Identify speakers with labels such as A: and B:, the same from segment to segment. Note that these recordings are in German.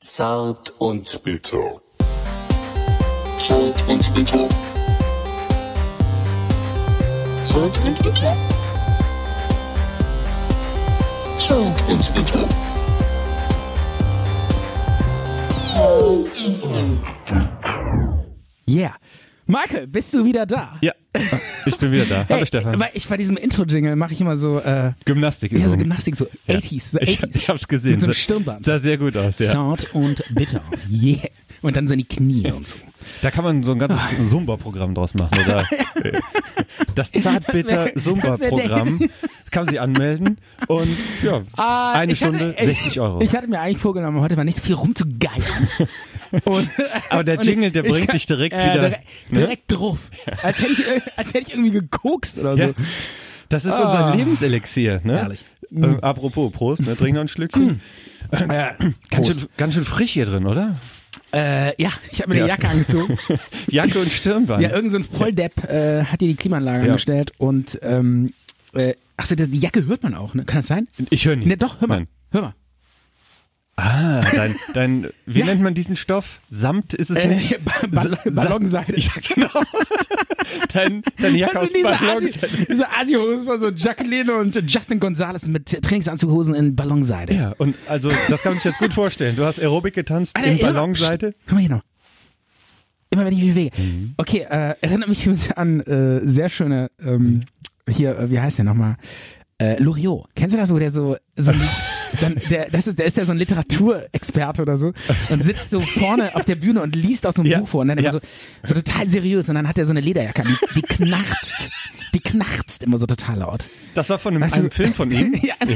A: Zart und bitter.
B: Zart und bitter. Zart und bitter. Zart und bitter.
C: Yeah. Michael, bist du wieder da?
D: Ja, ich bin wieder da. Hallo Stefan.
C: Weil ich bei diesem Intro-Jingle mache ich immer so, äh,
D: Gymnastik.
C: ja, so Gymnastik, so 80s, so 80s.
D: Ich, ich hab's gesehen.
C: Mit so einem
D: Sah-
C: Stirnband.
D: Sah sehr gut aus, ja.
C: Zart und bitter. Yeah. Und dann so in die Knie und so.
D: Da kann man so ein ganzes Zumba-Programm draus machen. Oder? Das
C: Ah. wär- das wär
D: Zartbitter-Zumba-Programm kann man sich anmelden und ja,
C: Ah,
D: eine
C: ich hatte-
D: Stunde
C: ich-
D: 60 Euro.
C: Ich hatte mir eigentlich vorgenommen, heute war nicht so viel rumzugeiern. Und,
D: Aber der
C: und
D: Jingle, der
C: ich
D: bringt
C: kann-
D: dich direkt
C: äh,
D: wieder,
C: Direkt,
D: ne?
C: direkt drauf. Als hätte, ich, ir- als hätte ich irgendwie gekokst oder so.
D: Ja. Das ist unser Lebenselixier, ne?
C: Ah. Herrlich.
D: Ähm, apropos, Prost, ne? Trink noch ein Schlückchen.
C: Äh,
D: Ganz schön, ganz schön frisch hier drin, oder?
C: äh, ja, ich habe mir die
D: Ja.
C: Jacke angezogen.
D: Jacke und Stirnband.
C: Ja, irgend so ein Volldepp äh, hat dir die Klimaanlage
D: Ja.
C: angestellt und ähm, äh, achso, das- die Jacke hört man auch, ne? Kann das sein?
D: ich höre nichts.
C: Ne, doch, hör mal.
D: Nein.
C: Hör mal.
D: Ah, dein, dein, wie
C: Ja.
D: nennt man diesen Stoff? Samt ist es
C: Äh,
D: nicht?
C: Ba- Ba-
D: Sa-
C: Ballonseide.
D: Ja, genau. dein, deine Jacke
C: Das
D: aus
C: sind diese
D: Ballon.
C: Assi- diese Assi-Hosen von so Jacqueline und Justin Gonzalez mit Trainingsanzughosen in Ballonseide.
D: Ja, und also, das kann man sich jetzt gut vorstellen. Du hast Aerobic getanzt
C: Alter,
D: in
C: immer-
D: Ballonseite. Mhm.
C: Psst, Hör mal hier noch. Immer wenn ich mich bewege. Okay, äh, erinnert mich übrigens an äh, sehr schöne, ähm,
D: Mhm.
C: hier, äh, wie heißt der nochmal? Äh, Loriot. Kennst du das, wo der so, so ein- dann, der, das ist, der ist ja so ein Literaturexperte oder so und sitzt so vorne auf der Bühne und liest aus so einem
D: Ja,
C: Buch vor und dann immer
D: ja.
C: so, so total seriös und dann hat er so eine Lederjacke, an, die, die knarzt. Die knarzt immer so total laut.
D: Das war von einem,
C: Weißt du,
D: einem Film von ihm.
C: ja, nee,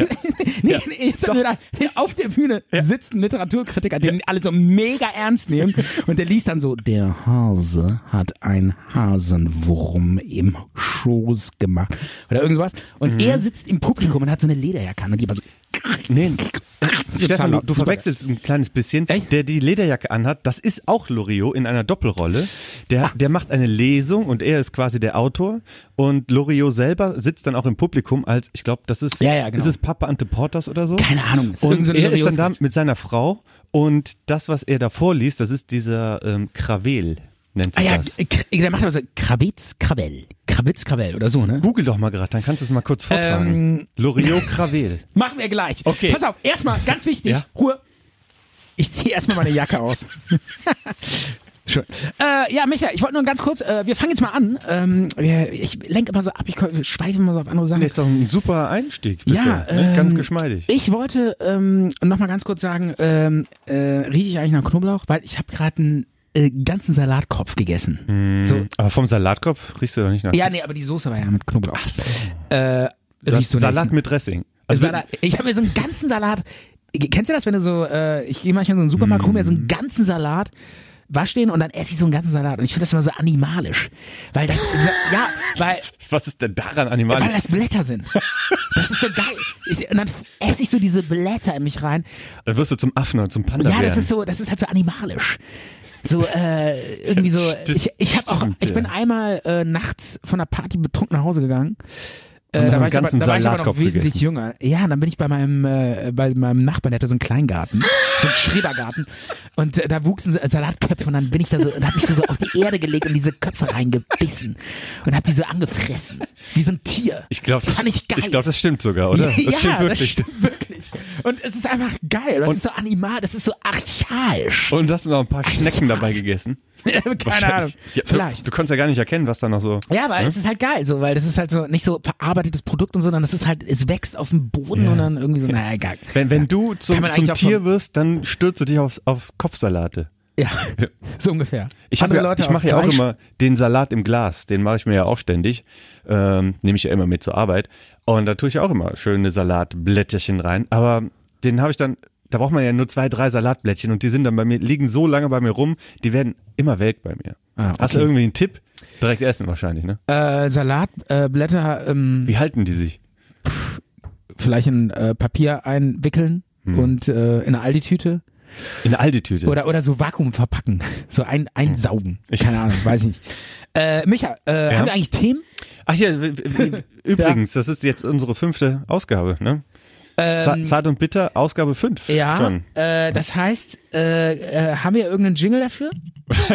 C: nee, jetzt haben wir da, nee, auf der Bühne sitzt ein Literaturkritiker, den alle so mega ernst nehmen und der liest dann so, der Hase hat einen Hasenwurm im Schoß gemacht oder irgendwas
D: Mhm.
C: und er sitzt im Publikum und hat so eine Lederjacke an und geht mal so,
D: Nee,
C: so
D: Stefan, du, du
C: Super.
D: verwechselst ein kleines bisschen.
C: Echt?
D: Der die Lederjacke anhat, das ist auch Loriot in einer Doppelrolle. Der,
C: Ah.
D: der macht eine Lesung und er ist quasi der Autor. Und Loriot selber sitzt dann auch im Publikum als, ich glaube, das ist,
C: Ja, ja, genau.
D: ist es Papa Ante Portas oder so?
C: Keine Ahnung, ist
D: Und
C: irgend so ein
D: er ist dann da
C: Loriot-Sketch.
D: mit seiner Frau und das, was er da vorliest, das ist dieser ähm, Krawel, nennt
C: ah
D: sich
C: ja,
D: das.
C: Kr- der macht aber so Krabitz, Krabell, Krabitz, Krabell oder so, ne?
D: Google doch mal gerade, dann kannst du es mal kurz vortragen.
C: Ähm,
D: Loriot Krawel.
C: Machen wir gleich.
D: Okay.
C: Pass auf, erstmal, ganz wichtig,
D: Ja.
C: Ruhe. Ich ziehe erstmal meine Jacke aus. Schön. Äh, ja, Micha, ich wollte nur ganz kurz, äh, wir fangen jetzt mal an. Ähm, wir- ich lenke immer so ab, ich schweife immer so auf andere Sachen.
D: Das ist doch ein super Einstieg bisher, ne?
C: ähm,
D: ganz geschmeidig.
C: Ich wollte ähm, nochmal ganz kurz sagen, ähm, äh, rieche ich eigentlich nach Knoblauch? Weil ich habe gerade einen äh, ganzen Salatkopf gegessen. So,
D: Aber vom Salatkopf riechst du doch nicht nach.
C: ja, nee, aber die Soße war ja mit Knoblauch. Ach so. äh,
D: Du
C: riechst
D: hast
C: du nicht,
D: Salat
C: ne?
D: mit Dressing. Also
C: Salat. Ich habe mir so einen ganzen Salat. Kennst du das, wenn du so, äh, ich gehe manchmal in so einen Supermarkt, hole mir so einen ganzen Salat, wasch den und dann esse ich so einen ganzen Salat. Und ich finde das immer so animalisch. Weil das, ja, weil,
D: was ist denn daran
C: weil
D: animalisch?
C: das Blätter sind. Das ist so geil. Ich, und dann esse ich so diese Blätter in mich rein.
D: Dann wirst du zum Affen und zum Panda
C: Ja,
D: werden.
C: das ist so, das ist halt so animalisch. So, äh, irgendwie so, ich, ich habe auch,
D: Stimmt,
C: ich bin
D: ja.
C: einmal äh, nachts von einer Party betrunken nach Hause gegangen.
D: Und
C: Äh,
D: noch
C: da
D: einen
C: war, ich aber,
D: ganzen
C: da war ich aber noch
D: Salatkopf
C: wesentlich
D: gegessen.
C: jünger. Ja, und dann bin ich bei meinem, äh, bei meinem Nachbarn, der hatte so einen Kleingarten, so einen Schrebergarten. Und äh, da wuchsen Sa- Salatköpfe und dann bin ich da so und hab mich so, so auf die Erde gelegt und diese Köpfe reingebissen und hab die so angefressen. Wie so ein Tier.
D: ich glaube, das,
C: Fand ich geil.
D: ich glaub, das stimmt sogar, oder? Das
C: ja,
D: stimmt
C: Das
D: wirklich.
C: stimmt wirklich. Und es ist einfach geil. Das
D: Und-
C: ist so animal, das ist so archaisch.
D: und du hast noch ein paar Schnecken
C: ja.
D: dabei gegessen.
C: Keine Ahnung.
D: Wahrscheinlich. Ja,
C: Vielleicht.
D: Du, ne? du konntest ja gar nicht erkennen, was da noch so.
C: ja, aber es ist halt geil, so, weil das ist halt so nicht so verarbeitetes Produkt und so, sondern das ist halt, es wächst auf dem Boden und dann irgendwie so, naja, egal.
D: Wenn, wenn du
C: Kann
D: zum,
C: man
D: zum
C: eigentlich auch
D: Tier
C: vom-
D: wirst, dann stürzt du dich auf, auf Kopfsalate.
C: Ja, so ungefähr.
D: Ich, hab
C: Andere
D: ja,
C: Leute
D: ich mache ja
C: auf
D: auch
C: Fleisch-
D: immer den Salat im Glas, den mache ich mir ja auch ständig, ähm, nehme ich ja immer mit zur Arbeit und da tue ich auch immer schöne Salatblättchen rein, aber den habe ich dann, da braucht man ja nur zwei, drei Salatblättchen und die sind dann bei mir, liegen so lange bei mir rum, die werden immer welk bei mir.
C: Ah, okay.
D: Hast du irgendwie einen Tipp? Direkt essen wahrscheinlich, ne?
C: Äh, Salatblätter äh, Blätter, ähm,
D: Wie halten die sich?
C: vielleicht in äh, Papier einwickeln
D: Hm.
C: und äh, in eine Aldi-Tüte
D: In eine alte Tüte.
C: oder, oder so Vakuum verpacken, so ein, einsaugen.
D: Hm. Ich-
C: Keine Ahnung, weiß ich nicht. Äh, Micha, äh,
D: Ja?
C: haben wir eigentlich Themen?
D: Ach ja, w- w- w- übrigens, das ist jetzt unsere fünfte Ausgabe, ne? Za- Zart und bitter, Ausgabe 5
C: Ähm, Ja,
D: schon.
C: äh, das heißt, äh, äh, haben wir irgendeinen Jingle dafür?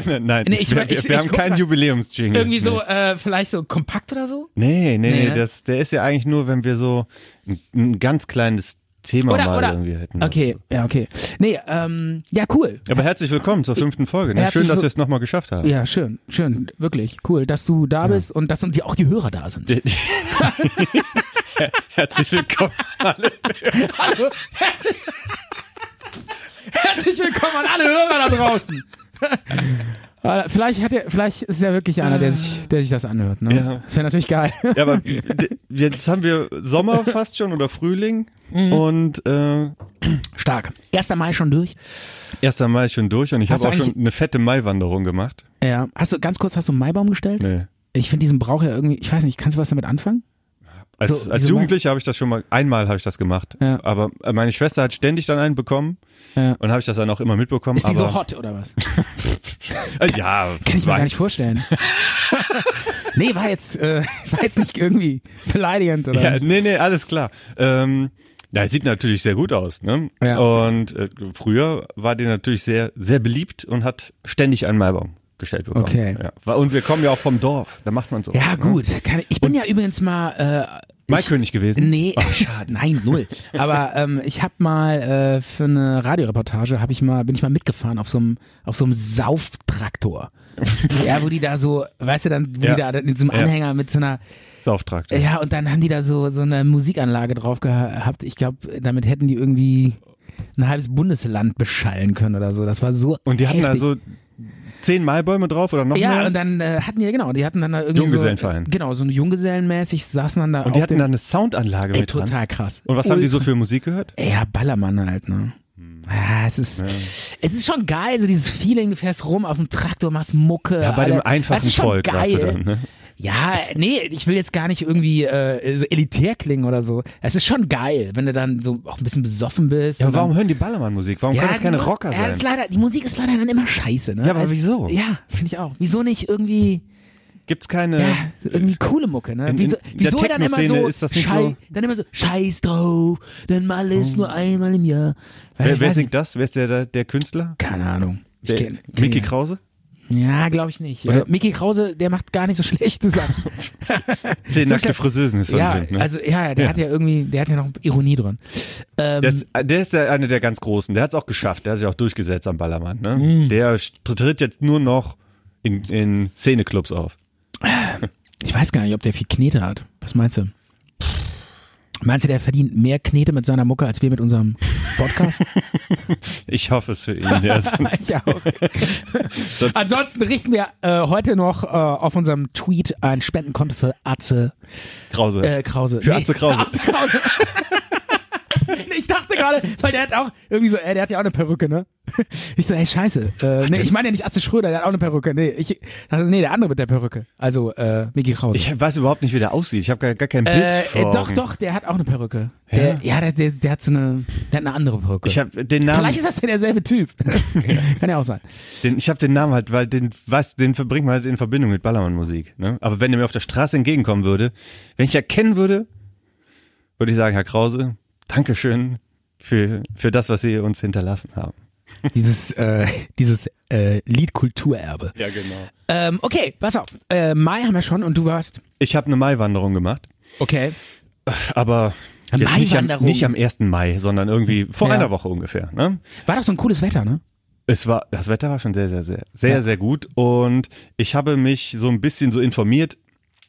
D: Nein,
C: Nee, ich-
D: wir,
C: ich- ich
D: wir haben
C: guck
D: keinen
C: mal.
D: Jubiläumsjingle.
C: Irgendwie so, äh, vielleicht so kompakt oder so?
D: Nee, nee,
C: Nee,
D: nee,
C: ne?
D: das, der ist ja eigentlich nur, wenn wir so ein, ein ganz kleines Thema
C: Oder,
D: mal
C: oder.
D: irgendwie hätten. ne?
C: Okay, ja, okay. Nee, ähm, ja, cool.
D: Aber herzlich willkommen zur fünften Folge. Ne?
C: Herzlich
D: Schön, dass
C: will-
D: wir es nochmal geschafft haben.
C: Ja, schön, schön, wirklich, cool, dass du da bist und dass uns die, auch die Hörer da sind.
D: herzlich willkommen.
C: Hallo. Herzlich willkommen an alle Hörer da draußen. Äh, Vielleicht hat er, vielleicht ist ja wirklich einer, der sich, der sich das anhört. Ne?
D: Ja.
C: Das wäre natürlich geil.
D: Ja, aber d- jetzt haben wir Sommer fast schon oder Frühling
C: Mhm.
D: und äh,
C: Stark. 1. Mai schon durch.
D: erst einmal ist schon durch und ich
C: Hast
D: habe auch
C: du
D: schon
C: eigentlich-
D: eine fette Maiwanderung gemacht.
C: Ja. Hast du ganz kurz hast du einen Maibaum gestellt?
D: Nee.
C: Ich finde diesen Brauch ja irgendwie, ich weiß nicht, kannst du was damit anfangen?
D: Als,
C: So,
D: als
C: diese
D: Jugendlicher habe ich das schon mal, einmal habe ich das gemacht.
C: Ja.
D: Aber äh, meine Schwester hat ständig dann einen bekommen
C: Ja.
D: und habe ich das dann auch immer mitbekommen.
C: Ist die
D: aber,
C: so hot oder was?
D: Äh, ja,
C: Kann ich mir gar nicht
D: weiß.
C: vorstellen. nee, war jetzt, äh, war jetzt nicht irgendwie beleidigend oder.
D: Ja, nee, nee, alles klar. Ähm, na, es sieht natürlich sehr gut aus, ne?
C: Ja.
D: Und äh, früher war die natürlich sehr, sehr beliebt und hat ständig einen Maibaum gestellt bekommen.
C: Okay.
D: Ja. War- Und wir kommen ja auch vom Dorf, da macht man so. ne?
C: Ja, gut. Kann, ich bin ja übrigens mal. Äh,
D: Mein
C: ich-
D: König gewesen.
C: Nee, schade. Nein, null. Aber ähm, ich habe mal äh, für eine Radioreportage habe ich mal bin ich mal mitgefahren auf so einem auf so einem Sauftraktor. ja, wo die da so, weißt du dann, wo
D: Ja.
C: die da in so einem
D: Ja.
C: Anhänger mit so einer
D: Sauftrakt.
C: ja, und dann haben die da so so eine Musikanlage drauf gehabt. Ich glaube, damit hätten die irgendwie ein halbes Bundesland beschallen können oder so. Das war so
D: Und die hatten
C: heftig.
D: da so zehn Maibäume drauf oder noch
C: ja,
D: mehr.
C: und dann äh, hatten die, genau, die hatten dann da irgendwie
D: Junggesellenverein.
C: So, genau, so ein Junggesellenmäßig saßen dann da
D: und
C: auf
D: die hatten
C: dem,
D: da eine Soundanlage
C: ey,
D: mit dran.
C: total krass.
D: Und was haben die so Hm. für Musik gehört?
C: Ja, Ballermann halt, ne? Ah, es ist, es ist schon geil, so dieses Feeling, du fährst rum auf dem Traktor, machst Mucke.
D: Ja, bei dem
C: Alter. Das
D: einfachen
C: ist schon
D: Volk,
C: geil.
D: weißt du dann, ne?
C: Ja, nee, ich will jetzt gar nicht irgendwie äh, so elitär klingen oder so. Es ist schon geil, wenn du dann so auch ein bisschen besoffen bist.
D: Ja,
C: und
D: aber warum
C: dann,
D: hören die Ballermann-Musik? Warum können das keine
C: die-
D: Rocker
C: ja, Das ist
D: sein?
C: leider, die Musik ist leider dann immer scheiße, ne?
D: Ja, aber wieso?
C: Ja, finde ich auch. Wieso nicht irgendwie,
D: Gibt's keine...
C: ja, irgendwie coole Mucke, ne?
D: Äh, in-
C: Wieso,
D: in der
C: wieso dann immer
D: Techno-Szene
C: so,
D: ist das nicht so- Oh.
C: dann immer so, scheiß drauf, denn mal ist nur einmal im Jahr. Weil
D: Wer,
C: ich
D: wer
C: weiß
D: singt das? Wer ist der- der, der Künstler?
C: Keine Ahnung. Ich
D: Der,
C: kenn- kenn
D: Mickey
C: ihn.
D: Krause?
C: Ja, glaube ich nicht. Ja,
D: Oder-
C: Mickey Krause, der macht gar nicht so schlechte Sachen.
D: Zehn
C: So
D: nackte
C: schlecht-
D: Friseusen ist von
C: ja,
D: drin, ne?
C: also ja, der
D: Ja.
C: hat ja irgendwie, der hat ja noch Ironie drin. Ähm,
D: der ist, der ist ja einer der ganz Großen. Der hat's auch geschafft. Der hat sich auch durchgesetzt am Ballermann. Ne?
C: Mhm.
D: Der st- tritt jetzt nur noch in, in Szeneclubs auf.
C: ich weiß gar nicht, ob der viel Knete hat. Was meinst du? Meinst du, der verdient mehr Knete mit seiner Mucke als wir mit unserem Podcast?
D: Ich hoffe es für ihn. Der ist,
C: ich auch.
D: sonst,
C: Ansonsten richten wir äh, heute noch äh, auf unserem Tweet ein Spendenkonto für Atze
D: Krause.
C: äh, Krause.
D: Für Atze Krause.
C: Atze Krause. Nee, ich dachte gerade, weil der hat auch irgendwie so, ey, der hat ja auch eine Perücke, ne? Ich so, ey, scheiße. Äh, nee, ich meine ja nicht Atze Schröder, der hat auch eine Perücke. Nee, ich dachte, nee, der andere mit der Perücke. Also, äh, Micky Krause.
D: ich weiß überhaupt nicht, wie der aussieht. Ich habe gar, gar kein Bild
C: äh,
D: vor
C: äh, doch,
D: Augen.
C: doch, der hat auch eine Perücke. Der, ja, der, der, der hat so eine, der hat eine andere Perücke.
D: Ich habe den Namen,
C: Vielleicht ist das ja derselbe Typ. Kann ja auch sein.
D: den, ich habe den Namen halt, weil den, was, den verbringt man halt in Verbindung mit Ballermann-Musik. Ne? Aber wenn er mir auf der Straße entgegenkommen würde, wenn ich erkennen würde, würde ich sagen, Herr Krause, Dankeschön für, für das, was Sie uns hinterlassen haben.
C: Dieses, äh, dieses äh, Liedkulturerbe.
D: Ja, genau.
C: Ähm, okay, pass auf. Äh, Mai haben wir schon und du warst.
D: Ich habe eine Maiwanderung gemacht,
C: Okay.
D: aber jetzt nicht, am,
C: Maiwanderung.
D: nicht am 1. Mai, sondern irgendwie vor
C: Ja.
D: einer Woche ungefähr. Ne?
C: War doch so ein cooles Wetter, ne?
D: Es war, das Wetter war schon sehr, sehr, sehr, sehr,
C: Ja.
D: sehr gut und ich habe mich so ein bisschen so informiert,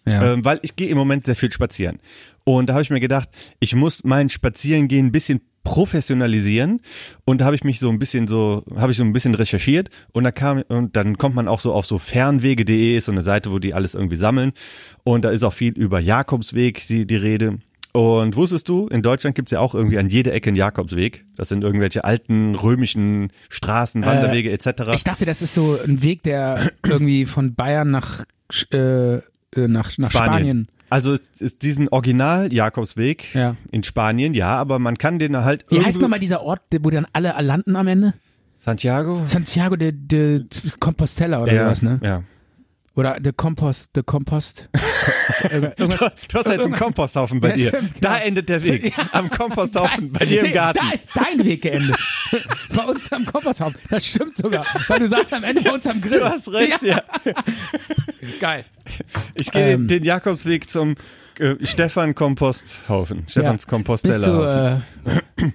C: Ja.
D: ähm, weil ich gehe im Moment sehr viel spazieren. Und da habe ich mir gedacht, ich muss mein Spazierengehen ein bisschen professionalisieren und da habe ich mich so ein bisschen so habe ich so ein bisschen recherchiert und da kam und dann kommt man auch so auf so fernwege.de ist so eine Seite, wo die alles irgendwie sammeln und da ist auch viel über Jakobsweg die die Rede. Und wusstest du, in Deutschland gibt's ja auch irgendwie an jeder Ecke einen Jakobsweg. Das sind irgendwelche alten römischen Straßen, Wanderwege etc.
C: Äh, Ich dachte, das ist so ein Weg, der irgendwie von Bayern nach, äh, äh, nach, nach Spanien.
D: Also ist, ist diesen Original-Jakobsweg
C: Ja.
D: in Spanien, ja, aber man kann den halt
C: Wie
D: irgendwo-
C: heißt nochmal dieser Ort, wo dann alle landen am Ende?
D: Santiago?
C: Santiago de, de Compostela oder
D: ja,
C: was, ne?
D: ja.
C: Oder der Kompost, der Kompost. Irgendwas-
D: Du, du hast jetzt einen Komposthaufen bei
C: Ja,
D: dir.
C: stimmt, genau.
D: Da endet der Weg. Am Komposthaufen bei dir im
C: Nee,
D: Garten.
C: Da ist dein Weg geendet. bei uns am Komposthaufen. Das stimmt sogar. Weil du sagst am Ende bei uns am Grill.
D: Du hast recht, ja.
C: Geil.
D: Ich gehe
C: Ähm.
D: den Jakobsweg zum äh, Stefan Komposthaufen. Stefans
C: Bist du,
D: Kompostellerhaufen.
C: äh,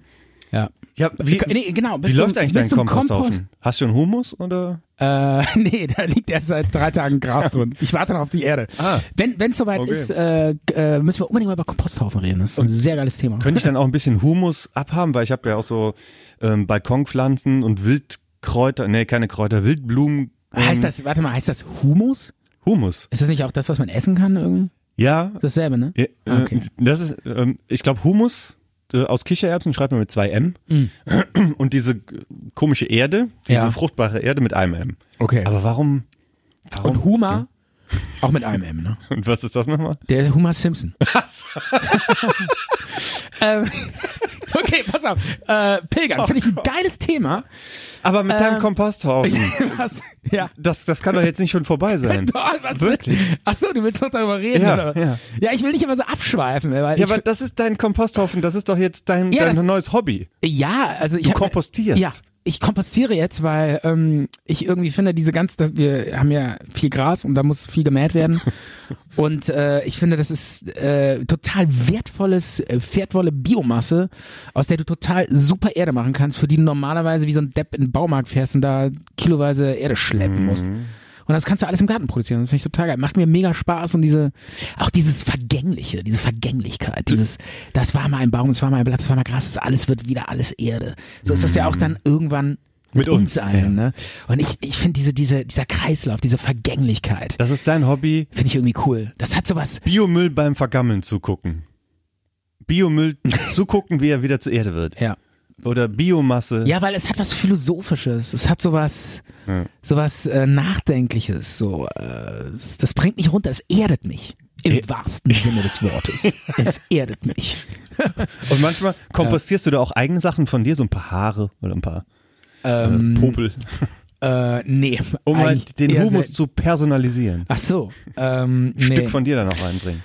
C: ja.
D: ja, wie,
C: Nee, genau.
D: wie
C: bis
D: läuft
C: zum-
D: eigentlich
C: bis
D: dein
C: zum
D: Komposthaufen? Hast du einen Humus oder?
C: Äh, nee, da liegt erst seit drei Tagen Gras drin. Ich warte noch auf die Erde.
D: Ah.
C: Wenn es soweit
D: Okay.
C: ist, äh, g- äh, müssen wir unbedingt mal über Komposthaufen reden. Das ist ein sehr geiles Thema.
D: Könnte ich dann auch ein bisschen Humus abhaben, weil ich habe ja auch so ähm, Balkonpflanzen und Wildkräuter, nee, keine Kräuter, Wildblumen. Ähm,
C: Heißt das, warte mal, heißt das Humus?
D: Humus.
C: Ist das nicht auch das, was man essen kann irgendwie?
D: Ja,
C: Dasselbe, ne?
D: Ja,
C: Ah,
D: äh,
C: okay.
D: Das ist, ähm, ich glaube, Humus äh, aus Kichererbsen schreibt man mit zwei M. Und diese äh, komische Erde, diese
C: Mm. Ja.
D: fruchtbare Erde mit einem M.
C: Okay.
D: Aber warum? warum
C: Und Huma, auch mit einem M, ne?
D: Und was ist das nochmal?
C: Der Huma Simpson.
D: Was?
C: Ähm, okay, pass auf. Äh, Pilgern, finde ich ein geiles Thema.
D: Aber mit
C: Ähm.
D: deinem Komposthaufen.
C: Was? Ja.
D: Das, das kann doch jetzt nicht schon vorbei sein.
C: Doch, was
D: Wirklich?
C: Ach so, du willst noch darüber reden,
D: Ja,
C: oder?
D: ja.
C: ja, ich will nicht immer so abschweifen. Weil
D: Ja,
C: ich,
D: aber das ist dein Komposthaufen, das ist doch jetzt dein,
C: Ja, das-
D: dein neues Hobby.
C: Ja, also ich
D: Du
C: hab-
D: kompostierst.
C: Ja, ich kompostiere jetzt, weil ähm, ich irgendwie finde, diese ganz, dass wir haben ja viel Gras und da muss viel gemäht werden. und äh, ich finde, das ist äh, total wertvolles, äh, wertvolle Biomasse, aus der du total super Erde machen kannst, für die du normalerweise wie so ein Depp in den Baumarkt fährst und da kiloweise Erde schleppen musst. Und das kannst du alles im Garten produzieren. Das finde ich total geil. Macht mir mega Spaß und diese, auch dieses Vergängliche, diese Vergänglichkeit, dieses, das war mal ein Baum, das war mal ein Blatt, das war mal Gras, das alles wird wieder alles Erde. So ist das ja auch dann irgendwann mit,
D: Mit uns,
C: uns allen, ne? Und ich, ich finde diese, diese, dieser Kreislauf, diese Vergänglichkeit,
D: Das ist dein Hobby,
C: finde ich irgendwie cool. Das hat sowas,
D: Biomüll beim Vergammeln zugucken. Biomüll zugucken, wie er wieder zur Erde wird.
C: ja.
D: Oder Biomasse.
C: Ja, weil es hat was Philosophisches, es hat sowas,
D: Ja.
C: sowas äh, Nachdenkliches, so, äh, das, das bringt mich runter, es erdet mich. Im wahrsten Sinne des Wortes. Es erdet mich.
D: Und manchmal kompostierst du da auch eigene Sachen von dir, so ein paar Haare oder ein paar
C: Ähm,
D: Popel,
C: Äh, nee.
D: um
C: eigentlich
D: halt den
C: eher
D: Humus
C: selten.
D: zu personalisieren.
C: Ach so. Ähm, nee.
D: Ein Stück von dir dann auch reinbringen.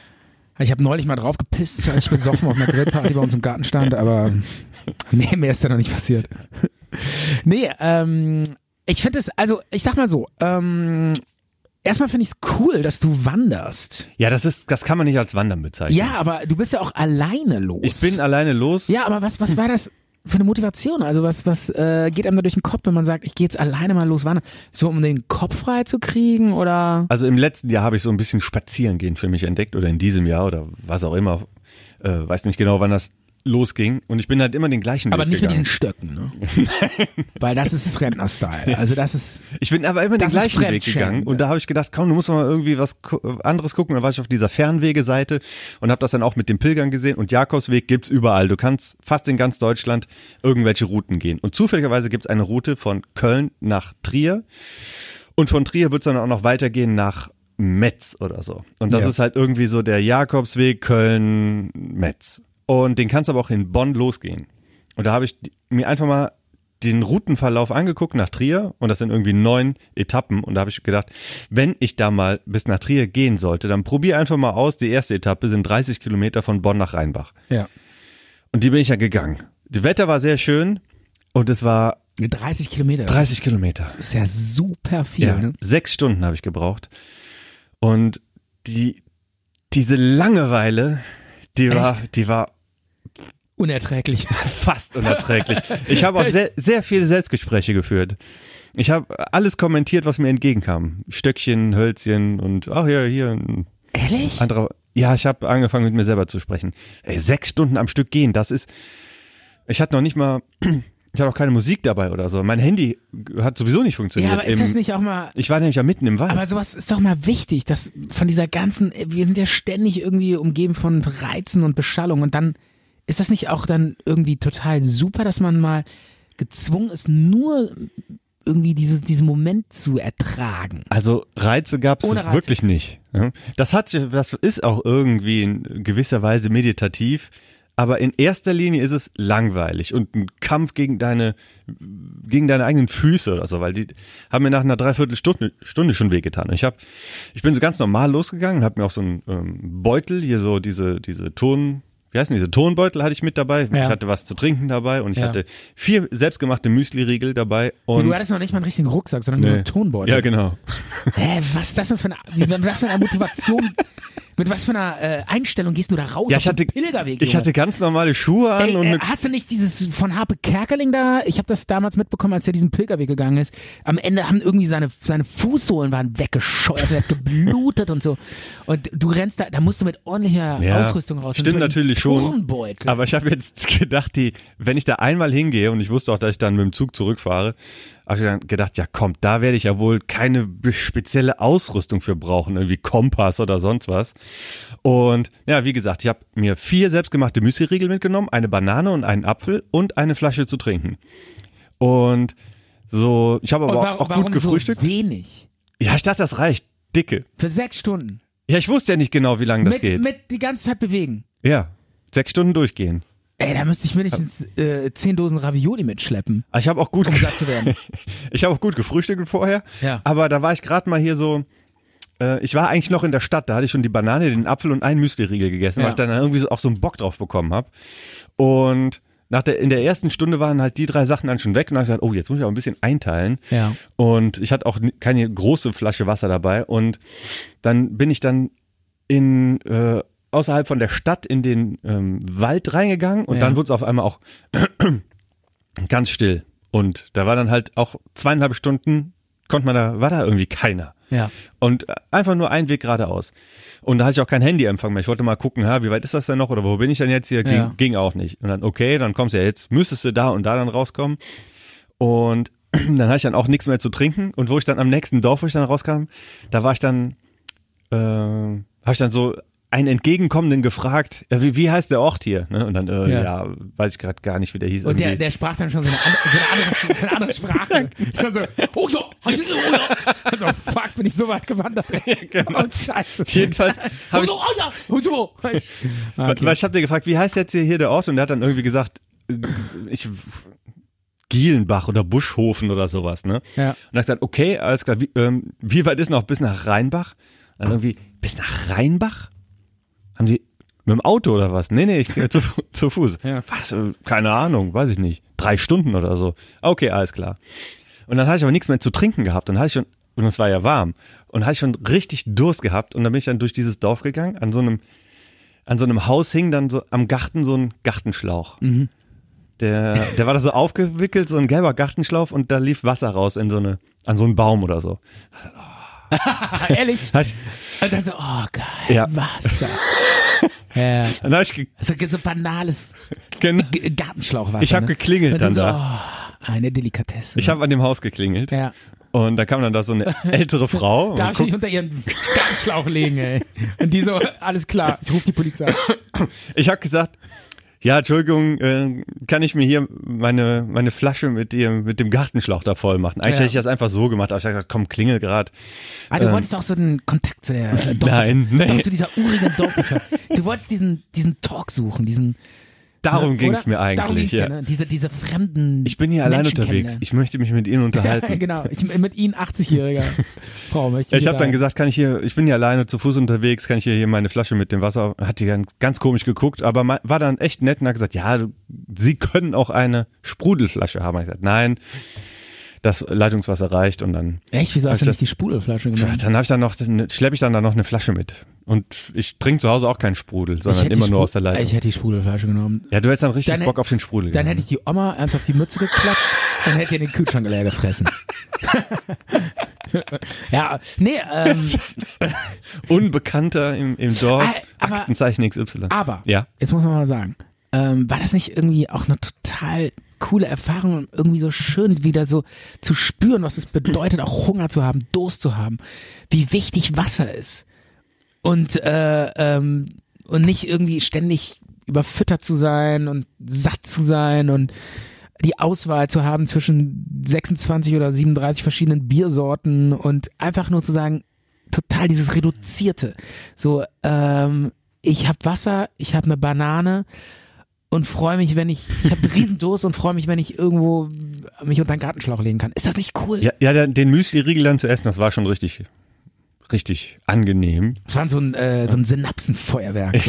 C: ich habe neulich mal drauf gepisst, als ich besoffen auf einer Grillparty bei uns im Garten stand, aber nee, mehr ist da noch nicht passiert. nee, ähm, ich finde es, also ich sag mal so, ähm, erstmal finde ich es cool, dass du wanderst.
D: Ja, das ist, das kann man nicht als Wandern bezeichnen.
C: Ja, aber du bist ja auch alleine los.
D: Ich bin alleine los.
C: Ja, aber was, was war das für eine Motivation? Also was, was äh, geht einem da durch den Kopf, wenn man sagt, ich gehe jetzt alleine mal los wandern? So, um den Kopf frei zu kriegen oder?
D: Also im letzten Jahr habe ich so ein bisschen Spazierengehen für mich entdeckt oder in diesem Jahr oder was auch immer. Äh, weiß nicht genau, wann das losging. Und ich bin halt immer den gleichen
C: Aber
D: Weg
C: nicht mit
D: gegangen.
C: diesen Stöcken, ne? Weil das ist Rentner-Style. Also das ist.
D: Ich bin aber immer den
C: Das ist
D: gleichen Weg
C: Fremdschämen.
D: gegangen und da habe ich gedacht, komm, du musst doch mal irgendwie was ku- anderes gucken. Dann war ich auf dieser Fernwegeseite und habe das dann auch mit den Pilgern gesehen und Jakobsweg gibt's überall. Du kannst fast in ganz Deutschland irgendwelche Routen gehen. Und zufälligerweise gibt's eine Route von Köln nach Trier und von Trier wird's dann auch noch weitergehen nach Metz oder so. Und das
C: Ja.
D: ist halt irgendwie so der Jakobsweg Köln-Metz. Und den kannst du aber auch in Bonn losgehen. Und da habe ich die- mir einfach mal den Routenverlauf angeguckt nach Trier und das sind irgendwie neun Etappen und da habe ich gedacht, wenn ich da mal bis nach Trier gehen sollte, dann probier einfach mal aus. Die erste Etappe sind 30 Kilometer von Bonn nach Rheinbach
C: Ja.
D: und die bin ich ja gegangen. Das Wetter war sehr schön und es war
C: 30 Kilometer.
D: 30 Kilometer.
C: Das ist ja super viel, ne?
D: Sechs Stunden habe ich gebraucht. Und die, diese Langeweile, die war, die war
C: Unerträglich.
D: fast unerträglich. Ich habe auch sehr, sehr viele Selbstgespräche geführt. Ich habe alles kommentiert, was mir entgegenkam. Stöckchen, Hölzchen und ach ja, hier ein
C: Ehrlich?
D: anderer. Ja, ich habe angefangen mit mir selber zu sprechen. Ey, sechs Stunden am Stück gehen, das ist. Ich hatte noch nicht mal, ich hatte auch keine Musik dabei oder so. Mein Handy hat sowieso nicht funktioniert.
C: Ja, aber ist
D: im-
C: das nicht auch mal.
D: ich war nämlich ja mitten im Wald.
C: Aber sowas ist doch mal wichtig, dass von dieser ganzen, wir sind ja ständig irgendwie umgeben von Reizen und Beschallung und dann ist das nicht auch dann irgendwie total super, dass man mal gezwungen ist, nur irgendwie diese, diesen Moment zu ertragen.
D: Also Reize gab es
C: Ohne Reize.
D: wirklich nicht. Ja. Das hat, das ist auch irgendwie in gewisser Weise meditativ, Aber in erster Linie ist es langweilig und ein Kampf gegen deine, gegen deine eigenen Füße oder so, weil die haben mir nach einer Dreiviertelstunde Stunde schon wehgetan. Und ich habe, ich bin so ganz normal losgegangen und habe mir auch so einen ähm, Beutel, hier so diese, diese Ton, wie heißen diese Tonbeutel hatte ich mit dabei. Ich hatte was zu trinken dabei und ich
C: Ja.
D: hatte vier selbstgemachte Müsli-Riegel dabei und.
C: Du hattest noch nicht mal einen richtigen Rucksack, sondern nur so einen Tonbeutel.
D: Ja, genau.
C: Hä, was ist das denn für eine, wie- mit was für einer Motivation, mit was für einer äh, Einstellung gehst du da raus?
D: Ja,
C: auf
D: ich hatte,
C: den Pilgerweg,
D: ich
C: Junge?
D: hatte ganz normale Schuhe an
C: Ey,
D: und
C: äh,
D: eine
C: hast du nicht dieses von Harpe Kerkeling da? Ich habe das damals mitbekommen, als er diesen Pilgerweg gegangen ist. Am Ende haben irgendwie seine, seine Fußsohlen waren weggescheuert, er hat geblutet und so. Und du rennst da, da musst du mit ordentlicher
D: Ja,
C: Ausrüstung raus.
D: Stimmt natürlich schon.
C: Turnbeutel.
D: Aber ich habe jetzt gedacht, die, wenn ich da einmal hingehe und ich wusste auch, dass ich dann mit dem Zug zurückfahre, habe ich dann gedacht, ja komm, da werde ich ja wohl keine be- spezielle Ausrüstung für brauchen, irgendwie Kompass oder sonst was. Und ja, wie gesagt, ich habe mir vier selbstgemachte Müsli-Riegel mitgenommen, eine Banane und einen Apfel und eine Flasche zu trinken. Und so, ich habe
C: und
D: aber
C: warum,
D: auch gut
C: warum
D: gefrühstückt.
C: so wenig?
D: ja, ich dachte, das reicht. Dicke.
C: Für sechs Stunden.
D: Ja, ich wusste ja nicht genau, wie lange das
C: mit,
D: geht.
C: mit die ganze Zeit bewegen.
D: Ja, sechs Stunden durchgehen.
C: Ey, da müsste ich mindestens äh, zehn Dosen Ravioli mitschleppen,
D: Aber Ah, Ich habe auch gut
C: um satt zu werden.
D: Ich habe auch gut gefrühstückt vorher,
C: Ja.
D: aber da war ich gerade mal hier so. äh, Ich war eigentlich noch in der Stadt, da hatte ich schon die Banane, den Apfel und einen Müsliriegel gegessen,
C: Ja.
D: weil ich dann irgendwie so- auch so einen Bock drauf bekommen habe. Und nach der, in der ersten Stunde waren halt die drei Sachen dann schon weg und dann hab ich gesagt, oh, jetzt muss ich auch ein bisschen einteilen.
C: Ja.
D: Und ich hatte auch ni- keine große Flasche Wasser dabei. Und dann bin ich dann in äh, außerhalb von der Stadt in den ähm, Wald reingegangen und
C: Ja.
D: dann wurde es auf einmal auch ganz still. Und da war dann halt auch zweieinhalb Stunden, konnte man da, war da irgendwie keiner.
C: Ja.
D: Und äh, einfach nur ein Weg geradeaus. Und da hatte ich auch kein Handyempfang mehr. Ich wollte mal gucken, ha, wie weit ist das denn noch oder wo bin ich denn jetzt hier? Ging,
C: Ja.
D: ging auch nicht. Und dann, okay, dann kommst du ja jetzt, müsstest du da und da dann rauskommen. Und dann hatte ich dann auch nichts mehr zu trinken. Und wo ich dann am nächsten Dorf, wo ich dann rauskam, da war ich dann, äh, habe ich dann so einen entgegenkommenden gefragt, äh, wie, wie heißt der Ort hier? Ne? Und dann, äh,
C: Ja.
D: ja. weiß ich gerade gar nicht, wie der hieß.
C: Und der,
D: irgendwie.
C: der sprach dann schon so eine andere, so eine andere, so eine andere Sprache. Ich war so, oh ja, oh ja, oh ja. Also, fuck, bin ich so weit gewandert. Ja,
D: genau.
C: Und scheiße.
D: Jedenfalls
C: oh,
D: habe ich
C: so, oh ja, oh so. Ah,
D: Weil
C: Okay.
D: ich habe dir gefragt, wie heißt jetzt hier, hier der Ort? Und er hat dann irgendwie gesagt, äh, ich Gielenbach oder Buschhofen oder sowas, ne?
C: Ja.
D: Und dann hab ich gesagt, okay, alles klar, wie, ähm, wie weit ist noch bis nach Rheinbach? Und dann irgendwie, bis nach Rheinbach? Haben die mit dem Auto oder was? Nee, nee, ich äh, zu, Fu- zu Fuß.
C: Ja.
D: Was? Äh, Keine Ahnung, weiß ich nicht. Drei Stunden oder so. Okay, alles klar. Und dann hatte ich aber nichts mehr zu trinken gehabt. Und hatte ich schon, und es war ja warm. Und hatte ich schon richtig Durst gehabt. Und dann bin ich dann durch dieses Dorf gegangen. An so einem, an so einem Haus hing dann so am Garten so ein Gartenschlauch.
C: Mhm.
D: Der, der war da so aufgewickelt, so ein gelber Gartenschlauch und da lief Wasser raus in so eine, an so einen Baum oder so.
C: Ah, ehrlich.
D: Da hab ich,
C: Und dann so, oh geil,
D: Ja.
C: Wasser. ja.
D: dann hab ich, ge
C: So, so banales
D: gen-
C: G- Gartenschlauchwasser.
D: Ich hab
C: ne?
D: geklingelt
C: Und dann
D: dann
C: so, Oh, eine Delikatesse.
D: ich habe an dem Haus geklingelt.
C: Ja.
D: Und da kam dann da so eine ältere Frau. und
C: Darf ich
D: Oh, guck-
C: mich unter ihren Gartenschlauch legen, ey? Und die so, alles klar, ich rufe die Polizei.
D: Ich habe gesagt, ja, Entschuldigung, äh, kann ich mir hier meine, meine Flasche mit dem, mit dem Gartenschlauch da voll machen? Eigentlich
C: Ja.
D: hätte ich das einfach so gemacht, aber ich hab gesagt, komm, klingel grad.
C: Ah, du wolltest auch so den Kontakt zu der äh, Dorf,
D: Ähm. Nein,
C: Doch,
D: nee.
C: zu dieser urigen Dorfbevölkerung. Du wolltest diesen, diesen Talk suchen, diesen.
D: Darum
C: oder?
D: ging's mir eigentlich.
C: Darum ging's
D: ja.
C: dir, ne? diese, diese fremden.
D: Ich bin hier allein
C: Menschen
D: unterwegs.
C: kennenlernen.
D: Ich möchte mich mit Ihnen unterhalten.
C: ja, genau, ich, mit Ihnen 80-jähriger Frau möchte
D: Ich
C: mir
D: habe dann
C: da-
D: gesagt, kann ich hier, ich bin hier alleine zu Fuß unterwegs, kann ich hier, hier meine Flasche mit dem Wasser, hat die dann ganz komisch geguckt, aber ma- war dann echt nett und hat gesagt, ja, du- sie können auch eine Sprudelflasche haben. Hab Ich gesagt, nein, das Leitungswasser reicht und dann,
C: Echt, wieso hast du
D: Hab ich
C: nicht die Sprudelflasche gemacht?
D: dann habe ich dann noch, schleppe ich dann da noch eine Flasche mit. Und ich trinke zu Hause auch keinen Sprudel,
C: Ich
D: sondern
C: hätte die
D: immer nur
C: Spru-
D: aus der
C: Ich
D: Leitung.
C: hätte die Sprudelflasche genommen.
D: Ja, du hättest dann richtig
C: Dann hätt-
D: Bock auf den Sprudel.
C: Dann
D: gehabt.
C: hätte ich die Oma ernst auf die Mütze geklatscht und hätte ihr den Kühlschrank leer gefressen. ja, nee, ähm,
D: Unbekannter im, im Dorf,
C: Ah, aber- Ah.
D: Aktenzeichen XY.
C: Aber,
D: Ja.
C: jetzt muss man mal sagen, ähm, war das nicht irgendwie auch eine total coole Erfahrung und irgendwie so schön wieder so zu spüren, was es bedeutet, auch Hunger zu haben, Durst zu haben, wie wichtig Wasser ist und, äh, ähm, und nicht irgendwie ständig überfüttert zu sein und satt zu sein und die Auswahl zu haben zwischen 26 oder 37 verschiedenen Biersorten und einfach nur zu sagen, total dieses reduzierte. So, ähm, ich habe Wasser, ich habe eine 'ne Banane und freue mich, wenn ich, ich habe eine Riesendose und freue mich, wenn ich irgendwo mich unter einen Gartenschlauch legen kann. Ist das nicht cool?
D: Ja, ja der- den Müsli-Riegel dann zu essen, das war schon richtig, richtig angenehm.
C: Das war so ein, äh, so ein Synapsenfeuerwerk.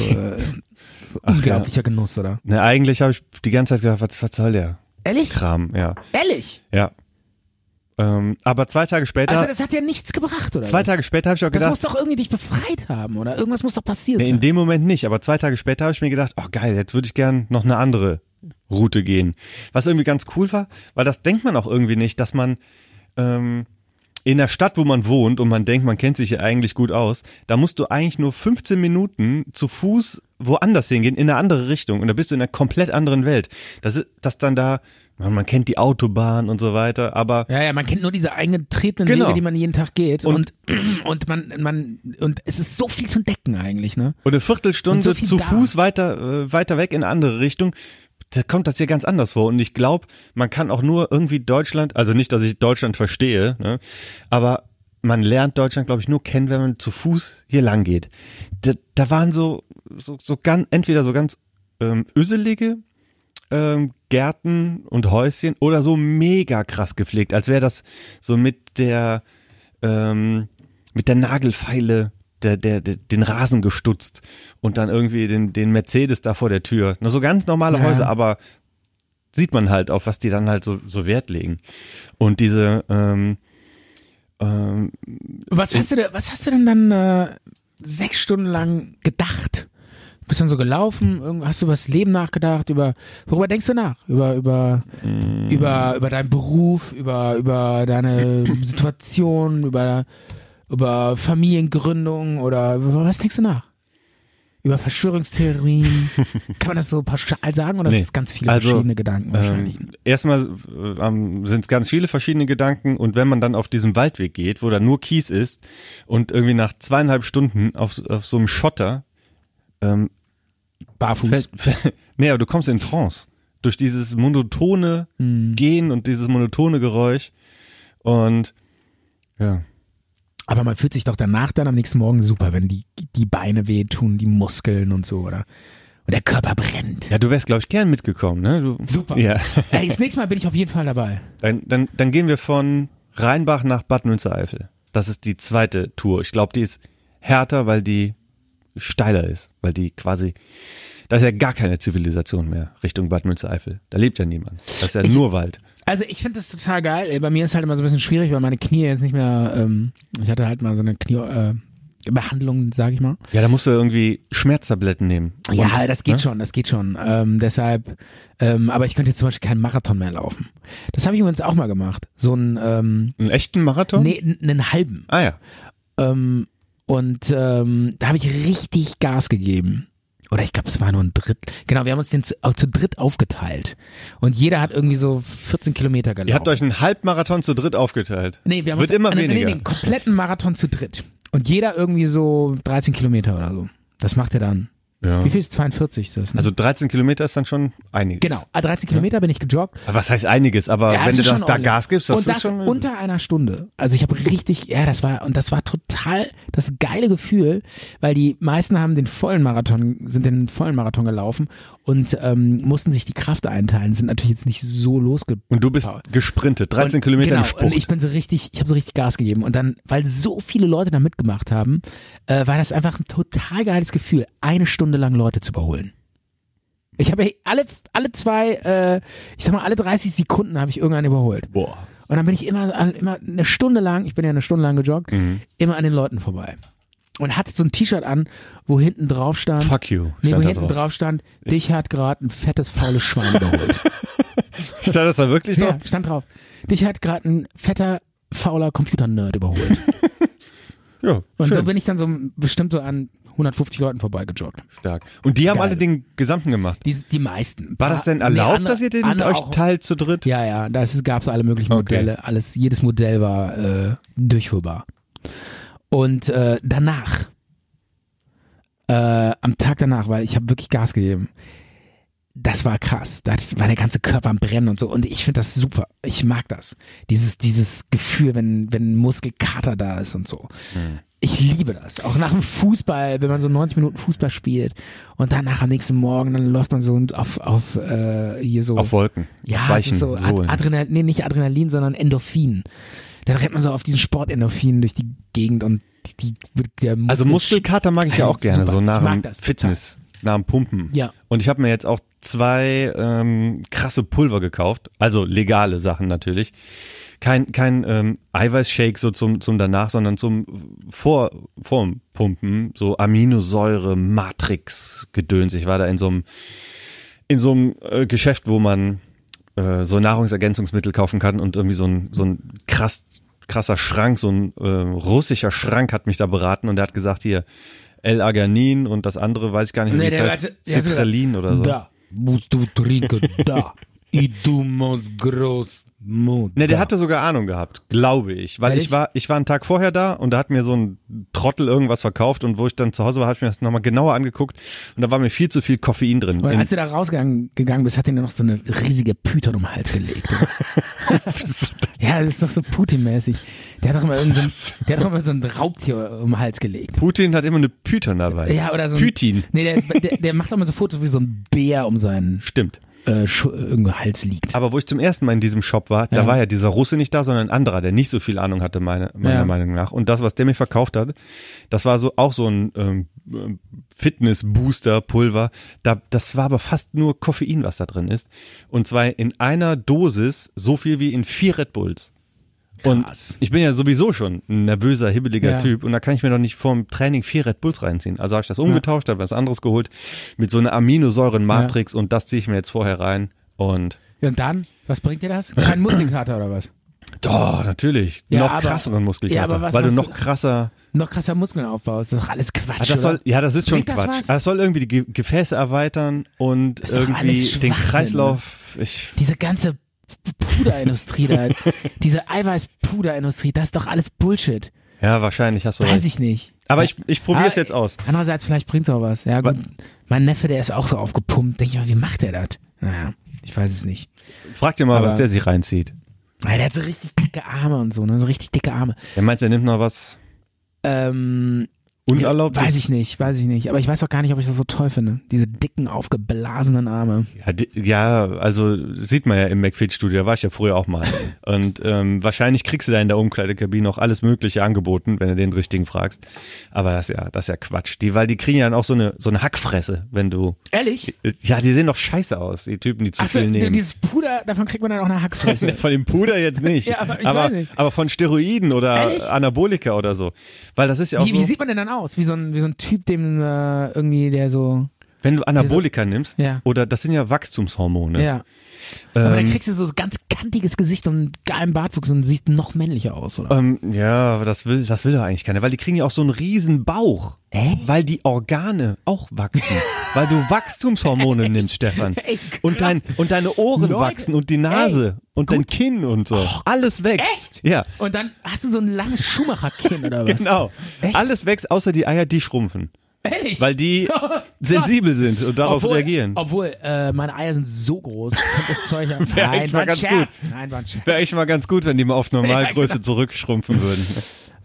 C: So, äh, so unglaublicher Genuss, oder?
D: Ne, eigentlich habe ich die ganze Zeit gedacht, was, was soll der
C: Ehrlich?
D: Kram? Ja,
C: Ehrlich?
D: ja. Ähm, aber zwei Tage später,
C: Also das hat ja nichts gebracht, oder?
D: zwei
C: was?
D: Tage später habe ich auch
C: das
D: gedacht,
C: muss doch irgendwie dich befreit haben, oder? Irgendwas muss doch passiert
D: Nee, in
C: sein.
D: dem Moment nicht, aber zwei Tage später habe ich mir gedacht, oh geil, jetzt würde ich gern noch eine andere Route gehen. Was irgendwie ganz cool war, weil das denkt man auch irgendwie nicht, dass man ähm, in der Stadt, wo man wohnt und man denkt, man kennt sich ja eigentlich gut aus, da musst du eigentlich nur 15 Minuten zu Fuß woanders hingehen, in eine andere Richtung und da bist du in einer komplett anderen Welt. Das ist, das dann da, man, man kennt die Autobahn und so weiter, aber
C: Ja, ja, man kennt nur diese eingetretenen
D: Genau.
C: Wege, die man jeden Tag geht. Und,
D: Und-
C: und, man, man, und es ist so viel zu entdecken eigentlich, ne?
D: Und eine
C: Und
D: Viertelstunde
C: so viel
D: zu
C: da.
D: Fuß weiter, äh, weiter weg in eine andere Richtung, da kommt das hier ganz anders vor. Und ich glaube, man kann auch nur irgendwie Deutschland, also nicht, dass ich Deutschland verstehe, ne, aber man lernt Deutschland, glaube ich, nur kennen, wenn man zu Fuß hier lang geht. Da, da waren so, so, so ganz, entweder so ganz ähm, öselige ähm, Gärten und Häuschen oder so mega krass gepflegt, als wäre das so mit der ähm, mit der Nagelfeile der, der, der, den Rasen gestutzt und dann irgendwie den, den Mercedes da vor der Tür. Na, so ganz normale
C: Ja.
D: Häuser, aber sieht man halt, auf was die dann halt so, so Wert legen. Und diese, ähm, ähm,
C: Was hast du, da- was hast du denn dann äh, sechs Stunden lang gedacht? Bist dann so gelaufen? irgend- Hast du über das Leben nachgedacht? Über worüber denkst du nach? Über über
D: Mm.
C: über über deinen Beruf, über über deine Situation, über über Familiengründung oder über was denkst du nach? Über Verschwörungstheorien? Kann man das so pauschal sagen oder
D: Nee.
C: ist es ganz viele
D: Also,
C: verschiedene Gedanken wahrscheinlich?
D: Ähm, erstmal äh, sind es ganz viele verschiedene Gedanken und wenn man dann auf diesem Waldweg geht, wo da nur Kies ist und irgendwie nach zweieinhalb Stunden auf, auf so einem Schotter, ähm,
C: Barfuß.
D: fällt, fällt, nee, aber du kommst in Trance durch dieses monotone
C: Hm.
D: Gehen und dieses monotone Geräusch und ja,
C: Aber man fühlt sich doch danach dann am nächsten Morgen super, wenn die, die Beine wehtun, die Muskeln und so, oder? Und der Körper brennt.
D: ja, du wärst glaube ich gern mitgekommen, ne? Du,
C: Super.
D: Ja,
C: Ey, das nächste Mal bin ich auf jeden Fall dabei.
D: dann, dann, dann gehen wir von Rheinbach nach Bad Münstereifel. Das ist die zweite Tour. Ich glaube, die ist härter, weil die steiler ist, weil die quasi, da ist ja gar keine Zivilisation mehr Richtung Bad Münstereifel. Da lebt ja niemand. Das ist ja
C: Ich-
D: nur Wald.
C: Also ich finde das total geil. Ey, Bei mir ist halt immer so ein bisschen schwierig, weil meine Knie jetzt nicht mehr, ähm, ich hatte halt mal so eine Kniebehandlung, äh, Behandlung, sag ich mal.
D: Ja, da musst du irgendwie Schmerztabletten nehmen.
C: ja, das geht
D: ne?
C: schon, das geht schon. Ähm, deshalb, ähm, aber ich könnte jetzt zum Beispiel keinen Marathon mehr laufen. Das habe ich übrigens auch mal gemacht. So einen, ähm,
D: Einen echten Marathon?
C: nee, n- einen halben.
D: Ah ja.
C: Ähm, und ähm, da habe ich richtig Gas gegeben. Oder ich glaube, es war nur ein Drittel. Genau, wir haben uns den zu, äh, zu dritt aufgeteilt. Und jeder hat irgendwie so 14 Kilometer gelaufen.
D: Ihr habt euch einen Halbmarathon zu dritt aufgeteilt.
C: nee, wir haben
D: Wird
C: uns,
D: immer
C: nee,
D: weniger.
C: Nee, nee, den kompletten Marathon zu dritt. Und jeder irgendwie so 13 Kilometer oder so. Das macht er dann.
D: Ja.
C: Wie viel ist 42? Ist das, ne?
D: Also 13 Kilometer ist dann schon einiges.
C: genau, ah, 13 Kilometer bin ich gejoggt.
D: Aber Was heißt einiges? Aber
C: Ja,
D: Äh, wenn du
C: das ist
D: das,
C: schon
D: da
C: ordentlich.
D: Gas gibst, das
C: und
D: ist
C: das
D: schon
C: unter einer Stunde. Also ich habe richtig, ja, das war und das war total das geile Gefühl, weil die meisten haben den vollen Marathon, sind den vollen Marathon gelaufen und ähm, mussten sich die Kraft einteilen, sind natürlich jetzt nicht so losge
D: Und du bist
C: Paul.
D: gesprintet, 13
C: und,
D: Kilometer
C: genau,
D: im Spruch.
C: Und ich bin so richtig, ich habe so richtig Gas gegeben. Und dann, weil so viele Leute da mitgemacht haben, äh, war das einfach ein total geiles Gefühl, eine Stunde lang Leute zu überholen. Ich habe alle, alle zwei, äh, ich sag mal, alle 30 Sekunden habe ich irgendeinen überholt.
D: Boah.
C: Und dann bin ich immer, an- immer eine Stunde lang, ich bin ja eine Stunde lang gejoggt,
D: Mhm.
C: immer an den Leuten vorbei. Und hatte so ein T-Shirt an, wo hinten drauf stand,
D: Fuck you.
C: nee, wo
D: stand da
C: hinten drauf, stand, dich hat gerade ein fettes, faules Schwein überholt.
D: Stand das da wirklich
C: ja,
D: drauf?
C: stand drauf. Dich hat gerade ein fetter, fauler Computer-Nerd überholt.
D: Ja,
C: Und
D: schön.
C: so bin ich dann so bestimmt so an 150 Leuten vorbei gejoggt.
D: stark. Und die haben
C: Geil.
D: alle den gesamten gemacht.
C: Die, die meisten. Ah,
D: War das denn
C: Nee,
D: erlaubt,
C: andere-
D: dass ihr den
C: andere
D: euch
C: auch-
D: teilt zu dritt?
C: Ja, ja, da gab es alle möglichen
D: Okay.
C: Modelle. Alles, jedes Modell war äh, durchführbar. Und äh, danach, äh, am Tag danach, weil ich habe wirklich Gas gegeben. Das war krass. Da hatte ich- war der ganze Körper am Brennen und so. Und ich finde das super. Ich
D: Mhm.
C: mag das. Dieses, dieses Gefühl, wenn, wenn Muskelkater da ist und so. Ich Ich liebe das. Auch nach dem Fußball, wenn man so 90 Minuten Fußball spielt und danach am nächsten Morgen, dann läuft man so auf, auf äh, hier so.
D: Auf Wolken.
C: ja,
D: auf
C: es
D: weichen
C: ist so Ad
D: Sohlen.
C: Adrenalin, nee, nicht Adrenalin, sondern Endorphin. Dann rennt man so auf diesen Sportendorphin durch die Gegend und die, die, der Muskel
D: Also Muskelkater mag ich ja
C: Ey,
D: auch gerne,
C: super.
D: so nach
C: Ich mag
D: dem
C: das
D: Fitness, nach dem Pumpen.
C: Ja.
D: Und ich habe mir jetzt auch zwei ähm, krasse Pulver gekauft, also legale Sachen natürlich. Kein, kein ähm, Eiweißshake so zum, zum danach, sondern zum vor, vorm Pumpen, so Aminosäure, Matrix, Gedöns. Ich war da in so einem in so einem äh, Geschäft, wo man äh, so Nahrungsergänzungsmittel kaufen kann und irgendwie so ein, so ein krass, krasser Schrank, so ein äh, russischer Schrank hat mich da beraten und der hat gesagt, hier L-Arganin und das andere weiß ich gar nicht mehr, wie es heißt, Citrallin oder so.
C: Da musst du trinken, da. I du musst groß Mut.
D: Ne, der hatte sogar Ahnung gehabt, glaube ich, weil
C: Ehrlich?
D: ich war, ich war einen Tag vorher da und da hat mir so ein Trottel irgendwas verkauft und wo ich dann zu Hause war, habe ich mir das nochmal genauer angeguckt und da war mir viel zu viel Koffein drin.
C: Und
D: In-
C: als du da rausgegangen gegangen bist, hat er dir noch so eine riesige Python um den Hals gelegt. Oder? ja, das ist doch so Putin-mäßig. Der hat doch immer irgendein, der hat doch immer so ein Raubtier um den Hals gelegt.
D: Putin hat immer eine Python dabei.
C: Ja, oder so ein,
D: Python.
C: Nee, der, der, der macht doch immer so Fotos, wie so ein Bär um seinen
D: Stimmt.
C: äh, Schu- irgendwie Hals liegt.
D: Aber wo ich zum ersten Mal in diesem Shop war, da war ja dieser Russe nicht da, sondern ein anderer, der nicht so viel Ahnung hatte, meine, meiner
C: Ja.
D: Meinung nach. Und das, was der mir verkauft hat, das war so auch so ein ähm, Fitness-Booster-Pulver. Da, das war aber fast nur Koffein, was da drin ist. Und zwar in einer Dosis so viel wie in vier Red Bulls. Und
C: Krass.
D: ich bin ja sowieso schon ein nervöser, hibbeliger
C: Ja.
D: Typ und da kann ich mir doch nicht vorm Training vier Red Bulls reinziehen. Also habe ich das umgetauscht, habe was anderes geholt mit so einer Aminosäuren-Matrix und das ziehe ich mir jetzt vorher rein und
C: Und dann, was bringt dir das? Kein Muskelkater oder was?
D: Doch, natürlich.
C: Ja,
D: noch
C: aber-
D: krasseren Muskelkater,
C: Ja, aber was-
D: weil du
C: was-
D: noch krasser.
C: Noch krasser Muskelnaufbau. Das ist doch alles Quatsch.
D: Ah, das soll,
C: oder?
D: ja, das ist schon
C: Bringt das
D: Quatsch. Also
C: was?
D: Das soll irgendwie die Ge Gefäße erweitern und
C: doch alles
D: irgendwie den
C: Schwachsinn,
D: Kreislauf. Ich,
C: diese ganze Puderindustrie da, diese Eiweißpuderindustrie, das ist doch alles Bullshit.
D: ja, wahrscheinlich hast du
C: Weiß
D: recht.
C: ich nicht.
D: Aber ich, ich probiere
C: Also
D: es
C: Ah,
D: jetzt aus.
C: Andererseits, vielleicht bringt's auch was. Ja, gut.
D: Wa-
C: Mein Neffe, der ist auch so aufgepumpt. Denke ich mal, wie macht der das? Naja, ich weiß es nicht.
D: Frag dir mal,
C: aber-
D: was der sich reinzieht.
C: Ja, der hat so richtig dicke Arme und so, ne? So richtig dicke Arme.
D: Er meint, er nimmt noch was
C: Ähm,
D: Unerlaubtes.
C: weiß ich nicht, weiß ich nicht. Aber ich weiß auch gar nicht, ob ich das so toll finde. Diese dicken, aufgeblasenen Arme.
D: Ja, di- ja, also sieht man ja im McFit-Studio, da war ich ja früher auch mal. Und ähm, wahrscheinlich kriegst du da in der Umkleidekabine auch alles Mögliche angeboten, wenn du den richtigen fragst. Aber das ist ja, das ist ja Quatsch. Die, weil die kriegen ja dann auch so eine, so eine Hackfresse, wenn du.
C: Ehrlich?
D: Ja, die sehen doch scheiße aus, die Typen, die zu
C: Achso,
D: viel nehmen.
C: dieses Puder, davon kriegt man dann auch eine Hackfresse.
D: Von dem Puder jetzt nicht.
C: Ja, aber ich
D: aber,
C: weiß nicht.
D: aber von Steroiden oder
C: Ehrlich?
D: Anabolika oder so. Weil das ist ja auch
C: Wie, wie
D: so,
C: sieht man denn dann aus? Wie so ein, wie so ein Typ, dem äh, irgendwie, der so.
D: wenn du Anabolika nimmst,
C: Ja.
D: oder das sind ja Wachstumshormone.
C: Ja. Ähm. Aber dann kriegst du so ganz kantiges Gesicht und einen geilen Bartwuchs und siehst noch männlicher aus, oder?
D: Ähm, ja, aber das will, das will doch eigentlich keiner, weil die kriegen ja auch so einen riesen Bauch.
C: Echt?
D: Weil die Organe auch wachsen. weil du Wachstumshormone nimmst, Stefan.
C: Ey, krass.
D: und, dein, und deine Ohren
C: Leute,
D: wachsen und die Nase und dein Kinn und so. Alles wächst.
C: Echt?
D: Ja.
C: Und dann hast du so ein langes Schumacher-Kinn oder was?
D: Genau.
C: Echt?
D: Alles wächst, außer die Eier, die schrumpfen.
C: Ehrlich? Oh
D: Weil die sensibel sind und darauf
C: obwohl,
D: reagieren.
C: Obwohl, äh, meine Eier sind so groß, ich könnte das Zeug haben.
D: Wär
C: Nein,
D: echt
C: war
D: mal
C: ein
D: ganz
C: Scherz. Nein, war ein Scherz.
D: Wäre echt mal ganz gut, wenn die mal auf Normalgröße
C: genau.
D: zurückschrumpfen würden.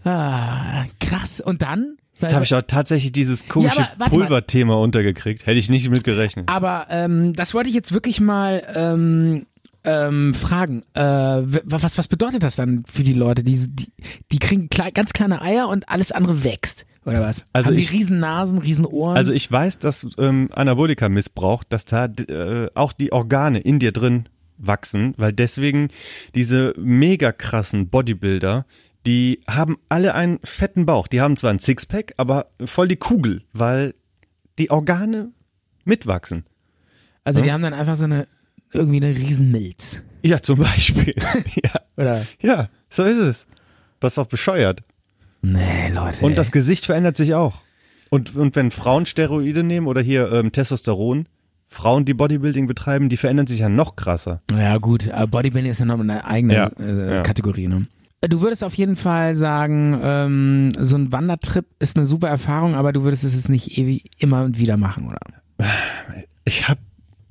C: Ah, krass. Und dann?
D: Jetzt habe ich auch tatsächlich dieses
C: Ja,
D: komische
C: aber warte mal.
D: Pulverthema untergekriegt. Hätte ich nicht mit gerechnet.
C: Aber ähm, das wollte ich jetzt wirklich mal ähm, ähm, fragen. Äh, w- was, was bedeutet das dann für die Leute? Die, die, die kriegen klei ganz kleine Eier und alles andere wächst, oder was?
D: Also
C: Haben
D: ich-
C: die riesen Nasen, riesen Ohren?
D: Also ich weiß, dass ähm, Anabolika-Missbrauch, dass da äh, auch die Organe in dir drin wachsen, weil deswegen diese mega krassen Bodybuilder, die haben alle einen fetten Bauch. Die haben zwar ein Sixpack, aber voll die Kugel, weil die Organe mitwachsen.
C: also die haben dann einfach so eine, irgendwie eine riesen Milz.
D: Ja, zum Beispiel. ja,
C: Oder?
D: ja, so ist es. Das ist doch bescheuert.
C: Nee, Leute.
D: Und das Gesicht verändert sich auch. Und, und wenn Frauen Steroide nehmen oder hier ähm, Testosteron, Frauen, die Bodybuilding betreiben, die verändern sich ja noch krasser.
C: ey. Ja gut, aber Bodybuilding ist ja noch eine eigene
D: Ja,
C: äh,
D: ja.
C: Kategorie, ne? Du würdest auf jeden Fall sagen, ähm, so ein Wandertrip ist eine super Erfahrung, aber du würdest es jetzt nicht ewig immer und wieder machen, oder?
D: Ich hab,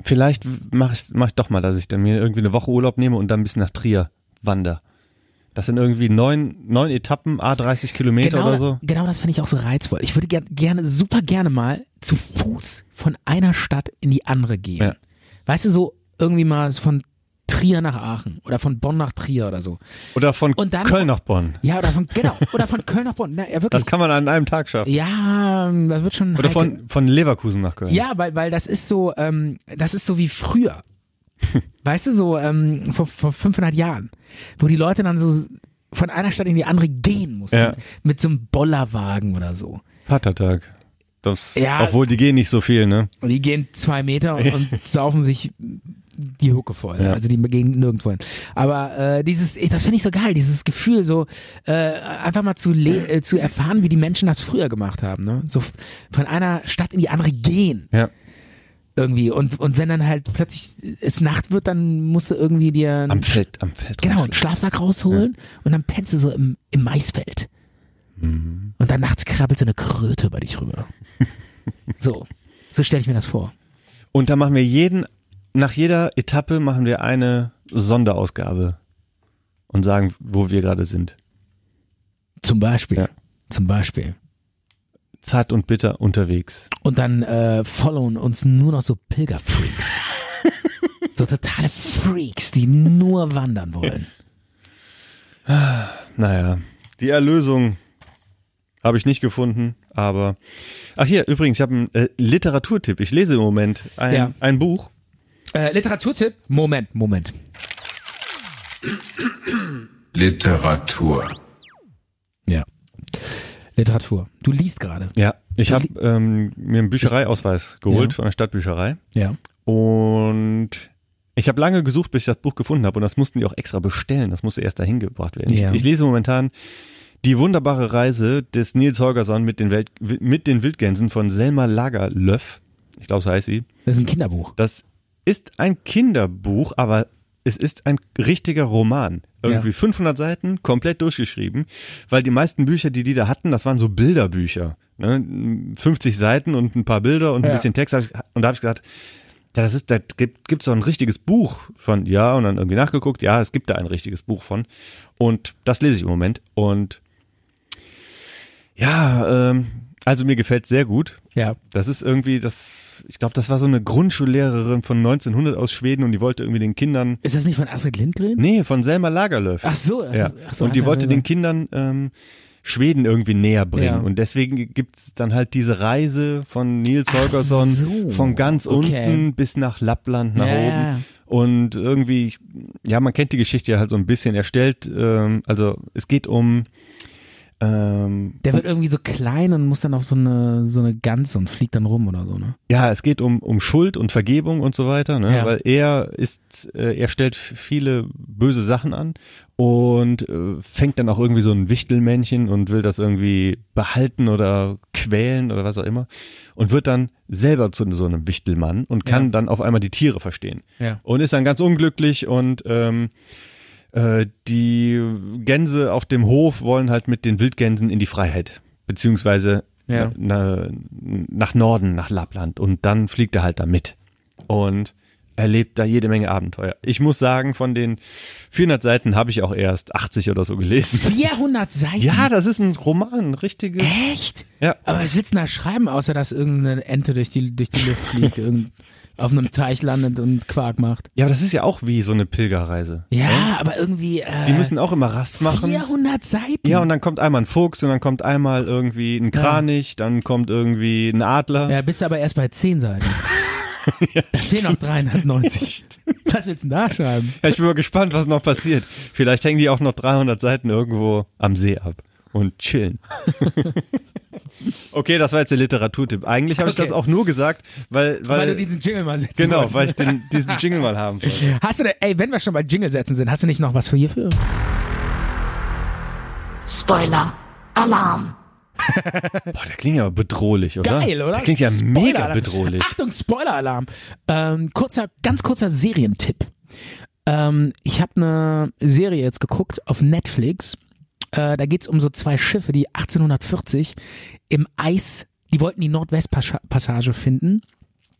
D: vielleicht mache ich, mach ich doch mal, dass ich dann mir irgendwie eine Woche Urlaub nehme und dann bis nach Trier wander. Das sind irgendwie neun, neun Etappen, A 30 Kilometer
C: Genau,
D: oder
C: da-
D: so.
C: genau das finde ich auch so reizvoll. Ich würde ger gerne, super gerne mal zu Fuß von einer Stadt in die andere gehen.
D: Ja.
C: Weißt du, so irgendwie mal von Trier nach Aachen oder von Bonn nach Trier oder so.
D: Oder von
C: Und dann-
D: Köln nach Bonn.
C: Ja, oder von, genau, oder von Köln nach Bonn. Na, ja, wirklich.
D: Das kann man an einem Tag schaffen.
C: ja, das wird schon. heikel.
D: Oder von, von Leverkusen nach Köln.
C: Ja, weil, weil das ist so, ähm, das ist so wie früher. weißt du, so ähm, vor, vor 500 Jahren, wo die Leute dann so von einer Stadt in die andere gehen mussten.
D: Ja.
C: Mit so einem Bollerwagen oder so.
D: Vatertag. Das,
C: Ja.
D: Obwohl die gehen nicht so viel, ne?
C: Und die gehen zwei Meter und, und saufen sich die Hucke voll.
D: Ja.
C: Also die gehen nirgendwo hin. Aber äh, dieses, ich- das finde ich so geil, dieses Gefühl, so äh, einfach mal zu, le äh, zu erfahren, wie die Menschen das früher gemacht haben. Ne? So f- von einer Stadt in die andere gehen.
D: Ja.
C: irgendwie. Und, und wenn dann halt plötzlich es Nacht wird, dann musst du irgendwie dir einen,
D: Am Feld, am Feld.
C: genau, einen Schlafsack rausholen und dann pennst du so im, im Maisfeld.
D: Mhm.
C: Und dann nachts krabbelt so eine Kröte über dich rüber. so. So stelle ich mir das vor.
D: Und da machen wir jeden, nach jeder Etappe machen wir eine Sonderausgabe und sagen, wo wir gerade sind.
C: Zum Beispiel.
D: Ja.
C: Zum Beispiel.
D: Zart und bitter unterwegs.
C: Und dann äh, followen uns nur noch so Pilgerfreaks. so totale Freaks, die nur wandern wollen.
D: Naja, die Erlösung habe ich nicht gefunden, aber. Ach hier, übrigens, ich habe einen äh, Literaturtipp. Ich lese im Moment ein,
C: Ja.
D: ein Buch.
C: Äh, Literaturtipp? Moment, Moment.
A: Literatur.
C: Ja. Literatur. Du liest gerade.
D: Ja, ich habe ähm, mir einen Büchereiausweis geholt
C: Ja.
D: von der Stadtbücherei
C: Ja.
D: und ich habe lange gesucht, bis ich das Buch gefunden habe und das mussten die auch extra bestellen. Das musste erst dahin gebracht werden.
C: Ja.
D: Ich, ich lese momentan die wunderbare Reise des Nils Holgersson mit den, Welt, mit den Wildgänsen von Selma Lagerlöf. Ich glaube, so heißt sie.
C: Das ist ein Kinderbuch.
D: Das ist ein Kinderbuch, aber es ist ein richtiger Roman. Irgendwie
C: Ja.
D: 500 Seiten, komplett durchgeschrieben, weil die meisten Bücher, die die da hatten, das waren so Bilderbücher. Ne? 50 Seiten und ein paar Bilder und ein
C: Ja.
D: bisschen Text. Hab ich, und da habe ich gesagt, ja, das ist, da gibt gibt's so ein richtiges Buch von, ja, und dann irgendwie nachgeguckt, ja, es gibt da ein richtiges Buch von. Und das lese ich im Moment. Und ja, ähm, also mir gefällt sehr gut.
C: Ja.
D: Das ist irgendwie das, ich glaube, das war so eine Grundschullehrerin von 1900 aus Schweden und die wollte irgendwie den Kindern,
C: Ist das nicht von Astrid Lindgren?
D: nee, von Selma Lagerlöf.
C: Ach so, das
D: ja.
C: ist- ach so,
D: und die
C: hast du
D: wollte
C: ja
D: den
C: gesagt.
D: Kindern ähm, Schweden irgendwie näher bringen.
C: Ja.
D: Und deswegen gibt's dann halt diese Reise von Nils
C: Ach
D: Holgersson
C: so.
D: von ganz
C: Okay.
D: unten bis nach Lappland nach
C: Ja,
D: oben.
C: ja, ja.
D: Und irgendwie, ich- ja, man kennt die Geschichte ja halt so ein bisschen. Er stellt, ähm, also es geht um ähm,
C: Der wird irgendwie so klein und muss dann auf so eine, so eine Gans und fliegt dann rum oder so, ne?
D: Ja, es geht um, um Schuld und Vergebung und so weiter, ne?
C: Ja.
D: weil er ist, äh, er stellt viele böse Sachen an und äh, fängt dann auch irgendwie so ein Wichtelmännchen und will das irgendwie behalten oder quälen oder was auch immer und wird dann selber zu so einem Wichtelmann und kann
C: Ja.
D: dann auf einmal die Tiere verstehen
C: Ja.
D: und ist dann ganz unglücklich und ähm, äh, die Gänse auf dem Hof wollen halt mit den Wildgänsen in die Freiheit, beziehungsweise
C: Ja.
D: na, na, nach Norden, nach Lappland und dann fliegt er halt da mit und erlebt da jede Menge Abenteuer. Ich muss sagen, von den 400 Seiten habe ich auch erst 80 oder so gelesen.
C: 400 Seiten?
D: Ja, das ist ein Roman, ein richtiges.
C: Echt?
D: Ja.
C: Aber was willst du da schreiben, außer dass irgendeine Ente durch die, durch die Luft fliegt, irgend, auf einem Teich landet und Quark macht?
D: Ja, aber das ist ja auch wie so eine Pilgerreise. ne?
C: Ja, aber irgendwie, äh,
D: Die müssen auch immer Rast machen.
C: 400 Seiten?
D: Ja, und dann kommt einmal ein Fuchs und dann kommt einmal irgendwie ein Kranich, dann kommt irgendwie ein Adler.
C: Ja, bist aber erst bei 10 Seiten. da fehlen noch 390. Was willst du denn da schreiben?
D: Ja, ich bin mal gespannt, was noch passiert. Vielleicht hängen die auch noch 300 Seiten irgendwo am See ab und chillen. okay, das war jetzt der Literaturtipp. Eigentlich habe ich
C: Okay.
D: das auch nur gesagt, weil weil,
C: Weil, du diesen Jingle mal setzen
D: genau,
C: wolltest.
D: weil ich den, diesen Jingle mal haben wollte.
C: Hast du denn, ey, wenn wir schon bei Jingle setzen sind, hast du nicht noch was für hierfür?
B: Spoiler Alarm.
D: Boah, der klingt ja bedrohlich, oder?
C: Geil, oder?
D: Der klingt ja
C: Spoiler-Alarm.
D: mega bedrohlich.
C: Achtung, Spoiler-Alarm. Ähm, kurzer, ganz kurzer Serientipp. Ähm, ich habe eine Serie jetzt geguckt auf Netflix. Äh, da geht's um so zwei Schiffe, die 1840 im Eis, die wollten die Nordwestpassage finden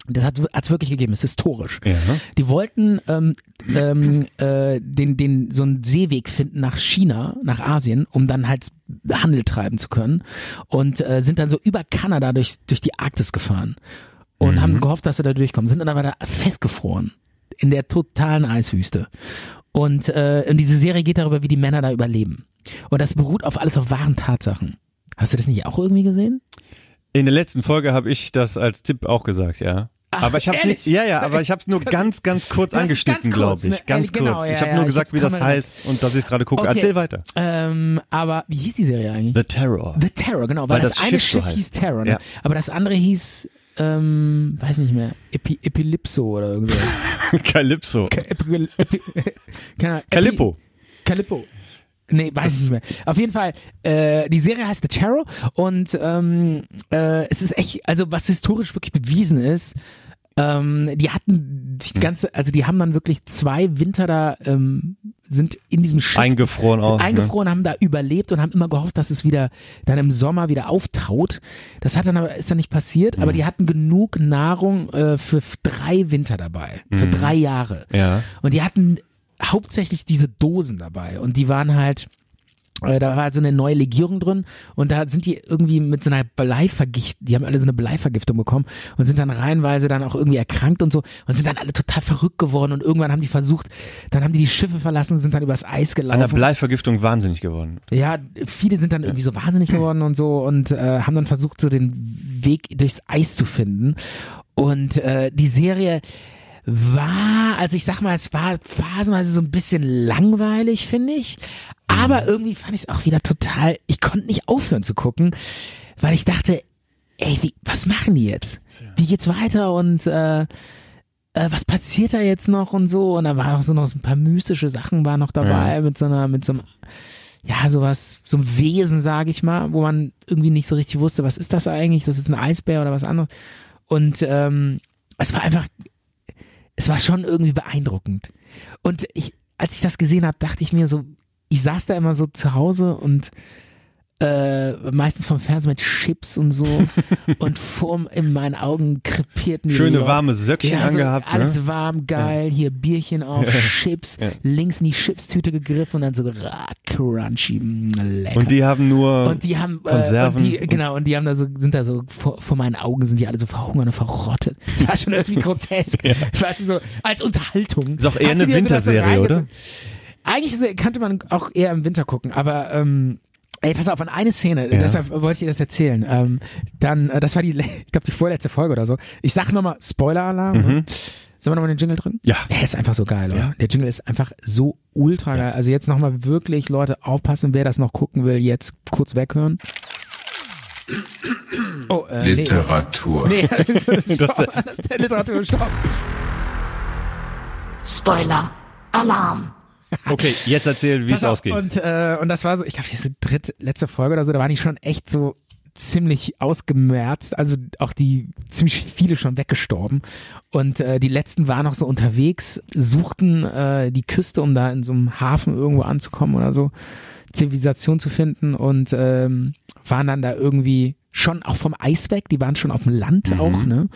C: Das hat es wirklich gegeben, es ist historisch.
D: Ja.
C: Die wollten ähm, ähm, äh, den, den, so einen Seeweg finden nach China, nach Asien, um dann halt Handel treiben zu können. Und äh, sind dann so über Kanada durch, durch die Arktis gefahren. Und haben gehofft, dass sie da durchkommen. Sind dann aber da festgefroren. In der totalen Eiswüste. Und, äh, und diese Serie geht darüber, wie die Männer da überleben. Und das beruht auf alles auf wahren Tatsachen. Hast du das nicht auch irgendwie gesehen?
D: In der letzten Folge habe ich das als Tipp auch gesagt, ja.
C: Ach,
D: aber ich hab's
C: ehrlich?
D: nicht, ja, ja, aber ich habe es nur ganz, ganz kurz
C: Du hast es
D: angeschnitten,
C: ganz kurz,
D: glaube ich.
C: ne?
D: Ganz
C: Äh, genau,
D: kurz.
C: ja,
D: ich habe
C: ja,
D: nur
C: ich
D: gesagt, wie
C: hab's
D: das
C: kaum erinnert.
D: heißt und dass ich gerade gucke.
C: Okay.
D: Erzähl weiter.
C: Ähm, aber wie hieß die Serie eigentlich?
D: The Terror.
C: The Terror, genau, weil,
D: Weil
C: das,
D: das
C: eine
D: Schiff so
C: Schiff
D: heißt.
C: hieß Terror, ne?
D: Ja.
C: aber das andere hieß, ähm, weiß nicht mehr, Epi Epilipso oder irgendwie.
D: Calypso.
C: Epi Epi keine Ahnung, Epi-
D: Calippo.
C: Calippo. Nee, weiß ich nicht mehr. Auf jeden Fall, äh, die Serie heißt The Terror und ähm, äh, es ist echt, also was historisch wirklich bewiesen ist, ähm, die hatten die ganze, also die haben dann wirklich zwei Winter da, ähm, sind in diesem Schiff
D: Eingefroren auch. ne?
C: eingefroren, haben da überlebt und haben immer gehofft, dass es wieder dann im Sommer wieder auftaut. Das hat dann aber ist dann nicht passiert, aber die hatten genug Nahrung äh, für f- drei Winter dabei, für drei Jahre.
D: Ne? Ja.
C: Und die hatten hauptsächlich diese Dosen dabei und die waren halt äh, da war so eine neue Legierung drin und da sind die irgendwie mit so einer Bleivergiftung, die haben alle so eine Bleivergiftung bekommen und sind dann reihenweise dann auch irgendwie erkrankt und so und sind dann alle total verrückt geworden und irgendwann haben die versucht, dann haben die die Schiffe verlassen, sind dann übers Eis
D: An der
C: gelaufen.
D: Bleivergiftung wahnsinnig geworden.
C: Ja, viele sind dann irgendwie so wahnsinnig geworden und so und äh, haben dann versucht, so den Weg durchs Eis zu finden. Und äh, die Serie war, also ich sag mal, es war phasenweise so ein bisschen langweilig, finde ich. Aber irgendwie fand ich es auch wieder total, ich konnte nicht aufhören zu gucken, weil ich dachte, ey, wie, was machen die jetzt? Wie geht's weiter und äh, äh, was passiert da jetzt noch und so? Und da waren auch so noch so ein paar mystische Sachen waren noch dabei mit so einer, mit so einem, ja, sowas, so einem Wesen, sage ich mal, wo man irgendwie nicht so richtig wusste, was ist das eigentlich? Das ist ein Eisbär oder was anderes. Und ähm, es war einfach, es war schon irgendwie beeindruckend. Und ich, als ich das gesehen habe, dachte ich mir so, ich saß da immer so zu Hause und äh, meistens vom Fernseher mit Chips und so und vorm in meinen Augen krepierten die
D: Schöne
C: Leute.
D: warme Söckchen
C: Ja, so
D: angehabt.
C: alles
D: ne?
C: warm, geil, hier Bierchen auf, Chips, links in die Chipstüte gegriffen und dann so ah, crunchy, mm, lecker.
D: Und die haben nur.
C: Und die haben äh,
D: Konserven
C: und die,
D: und-
C: genau und die haben da so sind da so vor, vor meinen Augen sind die alle so verhungert und verrottet. Das war schon irgendwie grotesk. Weißt du so als Unterhaltung.
D: Ist auch eher
C: Hast du
D: eine
C: dir so das so
D: Winterserie,
C: reingezogen?
D: oder?
C: Eigentlich ist- kannte man auch eher im Winter gucken, aber ähm, Ey, pass auf, an eine Szene,
D: Ja.
C: deshalb wollte ich dir das erzählen. Ähm, dann, äh, das war die, le- ich glaube, die vorletzte Folge oder so. Ich sag nochmal, Spoiler-Alarm. ne? Sollen wir nochmal den Jingle drücken?
D: Mhm. Ja.
C: Der ist einfach so geil, oder? Der Jingle ist einfach so ultra geil. Also jetzt nochmal wirklich, Leute, aufpassen, wer das noch gucken will, jetzt kurz weghören. Oh, äh, nee.
A: Literatur.
C: Nee, das ist
D: Das-
C: das ist der Literaturstopp.
B: Spoiler Alarm.
D: okay, jetzt erzähl, wie es
C: Pass auf,
D: ausgeht.
C: Und, äh, und das war so, ich glaube, diese dritte, letzte Folge oder so, da waren die schon echt so ziemlich ausgemerzt, also auch die ziemlich viele schon weggestorben und äh, die letzten waren noch so unterwegs, suchten äh, die Küste, um da in so einem Hafen irgendwo anzukommen oder so, Zivilisation zu finden und ähm, waren dann da irgendwie schon auch vom Eis weg, die waren schon auf dem Land
D: Mhm.
C: auch, ne?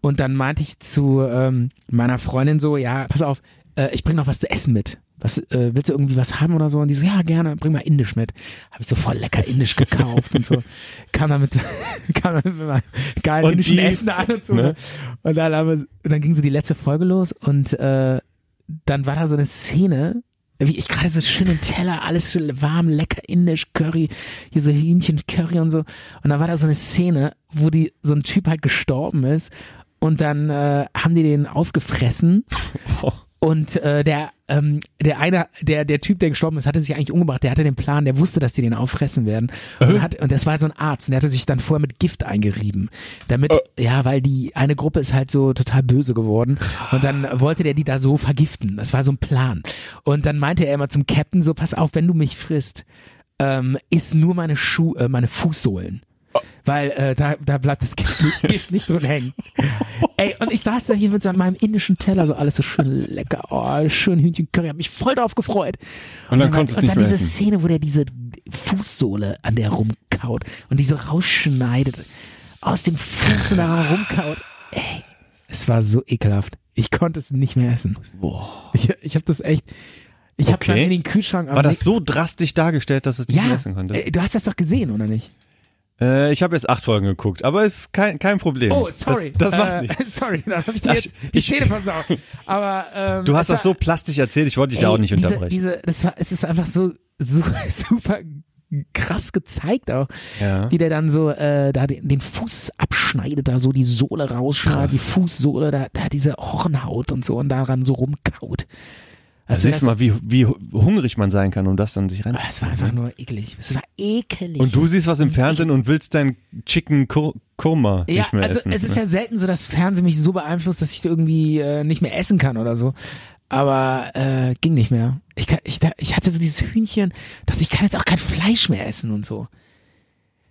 C: Und dann meinte ich zu ähm, meiner Freundin so, ja, pass auf, äh, ich bring noch was zu essen mit. Was, äh, willst du irgendwie was haben oder so? Und die so, ja, gerne, bring mal Indisch mit. Habe ich so voll lecker Indisch gekauft und so. Kam damit, kam damit mit meinem geilen
D: Und
C: indischen
D: die-
C: Essen an und so.
D: Ne?
C: Und dann, haben wir, und dann ging so die letzte Folge los und äh, dann war da so eine Szene, wie ich gerade so schön im Teller, alles so warm, lecker, indisch, Curry, hier so Hühnchen, Curry und so. Und dann war da so eine Szene, wo die, so ein Typ halt gestorben ist und dann äh, haben die den aufgefressen
D: Oh.
C: und äh, der, ähm, der eine, der, der Typ, der gestorben ist, hatte sich eigentlich umgebracht. Der hatte den Plan, der wusste, dass die den auffressen werden. Und, hat, und das war halt so ein Arzt, und der hatte sich dann vorher mit Gift eingerieben. Damit, ja, weil die eine Gruppe ist halt so total böse geworden. Und dann wollte der die da so vergiften. Das war so ein Plan. Und dann meinte er immer zum Captain so, pass auf, wenn du mich frisst, ähm, iss nur meine Schuh, äh, meine Fußsohlen.
D: Oh.
C: Weil äh, da, da bleibt das Gift, Gift nicht drin hängen. Ey, und ich saß da hier mit so an meinem indischen Teller, so alles so schön lecker, oh, schön Hühnchen Curry, hab mich voll drauf gefreut.
D: Und dann
C: war-
D: konntest
C: und
D: du
C: dann
D: nicht mehr
C: diese
D: essen.
C: Szene, wo der diese Fußsohle an der rumkaut und diese rausschneidet, aus dem Fuß und daran rumkaut. Ey, Es war so ekelhaft. Ich konnte es nicht mehr essen.
D: Boah.
C: Ich, ich habe das echt. Ich habe
D: Okay.
C: dann in den Kühlschrank. am
D: War das
C: nächsten-
D: so drastisch dargestellt, dass es nicht
C: Ja.
D: mehr essen konnte?
C: äh, Du hast das doch gesehen, oder nicht?
D: Äh, ich habe jetzt acht Folgen geguckt, aber ist kein, kein Problem.
C: Oh, sorry.
D: Das, das macht
C: äh,
D: nichts.
C: Sorry, dann habe ich dir
D: Ach,
C: jetzt die
D: ich-
C: Szene versaut. Aber ähm,
D: Du hast
C: es
D: das
C: war-
D: so plastisch erzählt, ich wollte dich da auch nicht
C: diese,
D: unterbrechen.
C: Diese, das war, es ist einfach so, so super krass gezeigt auch,
D: Ja.
C: wie der dann so äh, da den, den Fuß abschneidet, da so die Sohle rausschneidet, die Fußsohle, da, da diese Hornhaut und so und daran so rumkaut.
D: also
C: Also Ah,
D: siehst du mal, wie, wie hungrig man sein kann, um das dann sich rein.
C: das war
D: mhm.
C: einfach nur eklig. Es war ekelig.
D: Und du siehst was im Fernsehen und willst dein Chicken Kur- Kurma
C: ja,
D: nicht mehr
C: also
D: essen.
C: es ist
D: ne?
C: ja selten so, dass Fernsehen mich so beeinflusst, dass ich irgendwie äh, nicht mehr essen kann oder so. Aber äh, ging nicht mehr. Ich, kann, ich, da- ich hatte so dieses Hühnchen, dass ich kann jetzt auch kein Fleisch mehr essen und so.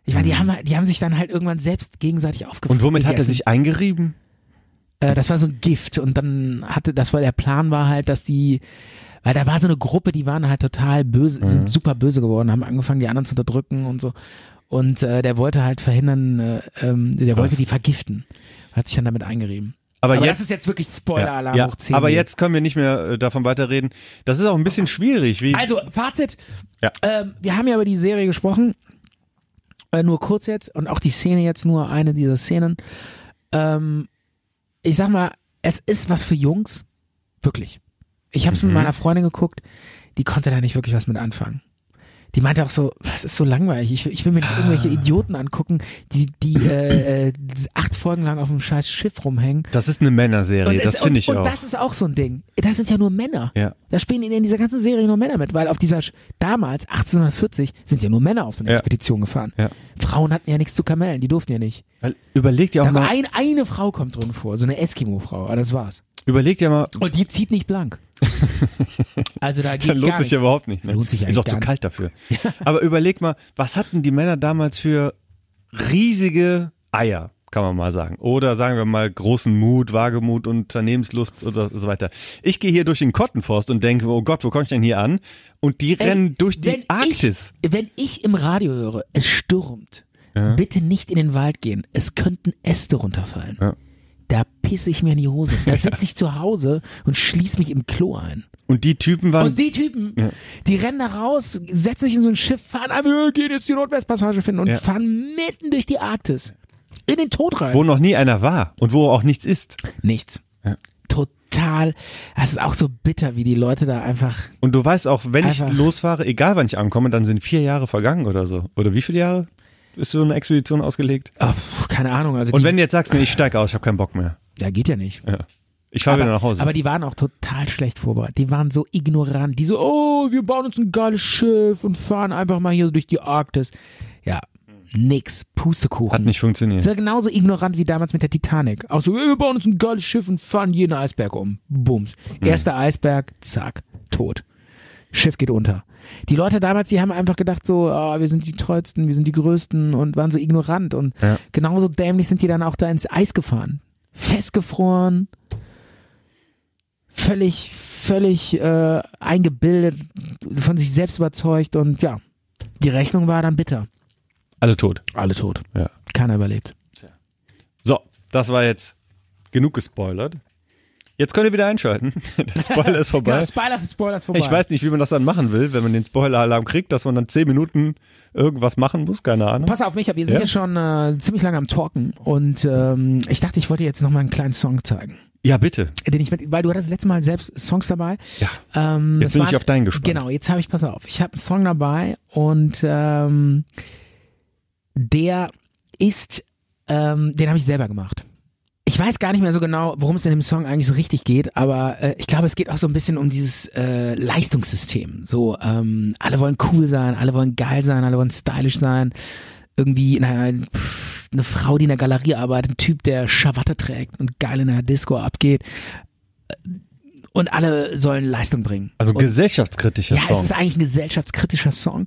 C: Ich meine, die haben, halt- die haben sich dann halt irgendwann selbst gegenseitig aufgefunden.
D: Mhm. und womit hat er sich eingerieben?
C: Äh, das war so ein Gift und dann hatte, das war der Plan war halt, dass die, weil da war so eine Gruppe, die waren halt total böse,
D: Mhm.
C: sind super böse geworden, haben angefangen, die anderen zu unterdrücken und so. Und äh, der wollte halt verhindern, äh, ähm, der wollte die vergiften. Hat sich dann damit eingerieben.
D: Aber,
C: Aber
D: jetzt
C: das ist jetzt wirklich Spoiler-Alarm
D: ja,
C: hoch 10.
D: aber jetzt können wir nicht mehr äh, davon weiterreden. Das ist auch ein bisschen schwierig. Wie,
C: Also, Fazit.
D: Ja.
C: Ähm, wir haben ja über die Serie gesprochen. Äh, nur kurz jetzt. Und auch die Szene jetzt, nur eine dieser Szenen. Ähm, ich sag mal, es ist was für Jungs. Wirklich. Ich habe es
D: Mhm.
C: mit meiner Freundin geguckt. Die konnte da nicht wirklich was mit anfangen. Die meinte auch so, was ist so langweilig? Ich, will- ich will mir
D: Ah.
C: nicht irgendwelche Idioten angucken, die, die äh, äh, acht Folgen lang auf dem scheiß Schiff rumhängen.
D: das ist eine Männerserie,
C: es-
D: das finde ich
C: und,
D: auch.
C: Und das ist auch so ein Ding. Das sind ja nur Männer.
D: Ja.
C: Da spielen in dieser ganzen Serie nur Männer mit, weil auf dieser Sch- damals 1840 sind ja nur Männer auf so eine
D: Ja.
C: Expedition gefahren.
D: Ja.
C: Frauen hatten ja nichts zu kamellen, die durften ja nicht.
D: Weil, überleg dir auch
C: Da war
D: mal,
C: ein, eine Frau kommt drin vor, so eine Eskimo-Frau, aber das war's.
D: überleg dir mal,
C: Und die zieht nicht blank. also da geht
D: dann lohnt
C: gar
D: sich ja
C: nichts.
D: überhaupt nicht. Ne?
C: Lohnt sich
D: ist auch
C: eigentlich gar
D: zu kalt dafür. Aber überleg mal, was hatten die Männer damals für riesige Eier, kann man mal sagen. Oder sagen wir mal großen Mut, Wagemut, Unternehmenslust und so so weiter. Ich gehe hier durch den Kottenforst und denke, oh Gott, wo komme ich denn hier an? Und die
C: Ey,
D: rennen durch
C: wenn
D: die Arktis.
C: Ich, wenn ich im Radio höre, es stürmt, bitte nicht in den Wald gehen. Es könnten Äste runterfallen.
D: Ja.
C: Da pisse ich mir in die Hose. Da sitze ich zu Hause und schließe mich im Klo ein.
D: Und die Typen waren
C: Und die Typen, die rennen da raus, setzen sich in so ein Schiff, fahren ab, äh, gehen jetzt die Nordwestpassage finden und
D: Ja.
C: fahren mitten durch die Arktis. In den Tod rein.
D: wo noch nie einer war und wo auch nichts ist.
C: Nichts. Total. Das ist auch so bitter, wie die Leute da einfach.
D: Und du weißt auch, wenn ich
C: Einfach.
D: losfahre, egal wann ich ankomme, dann sind vier Jahre vergangen oder so. Oder wie viele Jahre ist so eine Expedition ausgelegt?
C: Oh, pf, keine Ahnung. Also
D: Und
C: die,
D: wenn du jetzt sagst, nee, ich steige aus, ich habe keinen Bock mehr.
C: ja, geht ja nicht.
D: Ja. Ich fahre wieder nach Hause.
C: aber die waren auch total schlecht vorbereitet. Die waren so ignorant. Die so, oh, wir bauen uns ein geiles Schiff und fahren einfach mal hier so durch die Arktis. Ja, nix. Pustekuchen.
D: Hat nicht funktioniert.
C: Ist ja genauso ignorant wie damals mit der Titanic. Auch so, "Ey, wir bauen uns ein geiles Schiff und fahren jeden Eisberg um. Bums. Erster Eisberg, zack, tot. Schiff geht unter. Die Leute damals, die haben einfach gedacht so, ah, wir sind die Tollsten, wir sind die Größten und waren so ignorant. Und
D: Ja.
C: genauso dämlich sind die dann auch da ins Eis gefahren. Festgefroren. Völlig, völlig äh, eingebildet, von sich selbst überzeugt. Und ja, die Rechnung war dann bitter.
D: Alle tot.
C: Alle tot.
D: Ja.
C: Keiner überlebt.
D: So, das war jetzt genug gespoilert. Jetzt könnt ihr wieder einschalten. Der Spoiler ist vorbei.
C: Genau, Spoiler, Spoiler ist vorbei.
D: Ich weiß nicht, wie man das dann machen will, wenn man den Spoiler-Alarm kriegt, dass man dann zehn Minuten irgendwas machen muss, keine Ahnung.
C: Pass auf mich, wir sind
D: Ja?
C: ja schon äh, ziemlich lange am Talken und ähm, ich dachte, ich wollte jetzt nochmal einen kleinen Song zeigen, Äh,
D: Ja, bitte.
C: den ich mit, weil du hattest letztes Mal selbst Songs dabei.
D: Ja.
C: Ähm,
D: Jetzt
C: das
D: bin
C: waren-
D: ich auf deinen gespannt.
C: Genau, jetzt habe ich, pass auf, ich habe einen Song dabei und ähm, der ist, ähm, den habe ich selber gemacht. Ich weiß gar nicht mehr so genau, worum es in dem Song eigentlich so richtig geht, aber äh, ich glaube, es geht auch so ein bisschen um dieses äh, Leistungssystem. So, ähm, alle wollen cool sein, alle wollen geil sein, alle wollen stylisch sein. Irgendwie, naja, pff, eine Frau, die in der Galerie arbeitet, ein Typ, der Schawatte trägt und geil in der Disco abgeht. Und alle sollen Leistung bringen.
D: Also
C: und
D: gesellschaftskritischer
C: ja, es
D: Song.
C: ist eigentlich ein gesellschaftskritischer Song,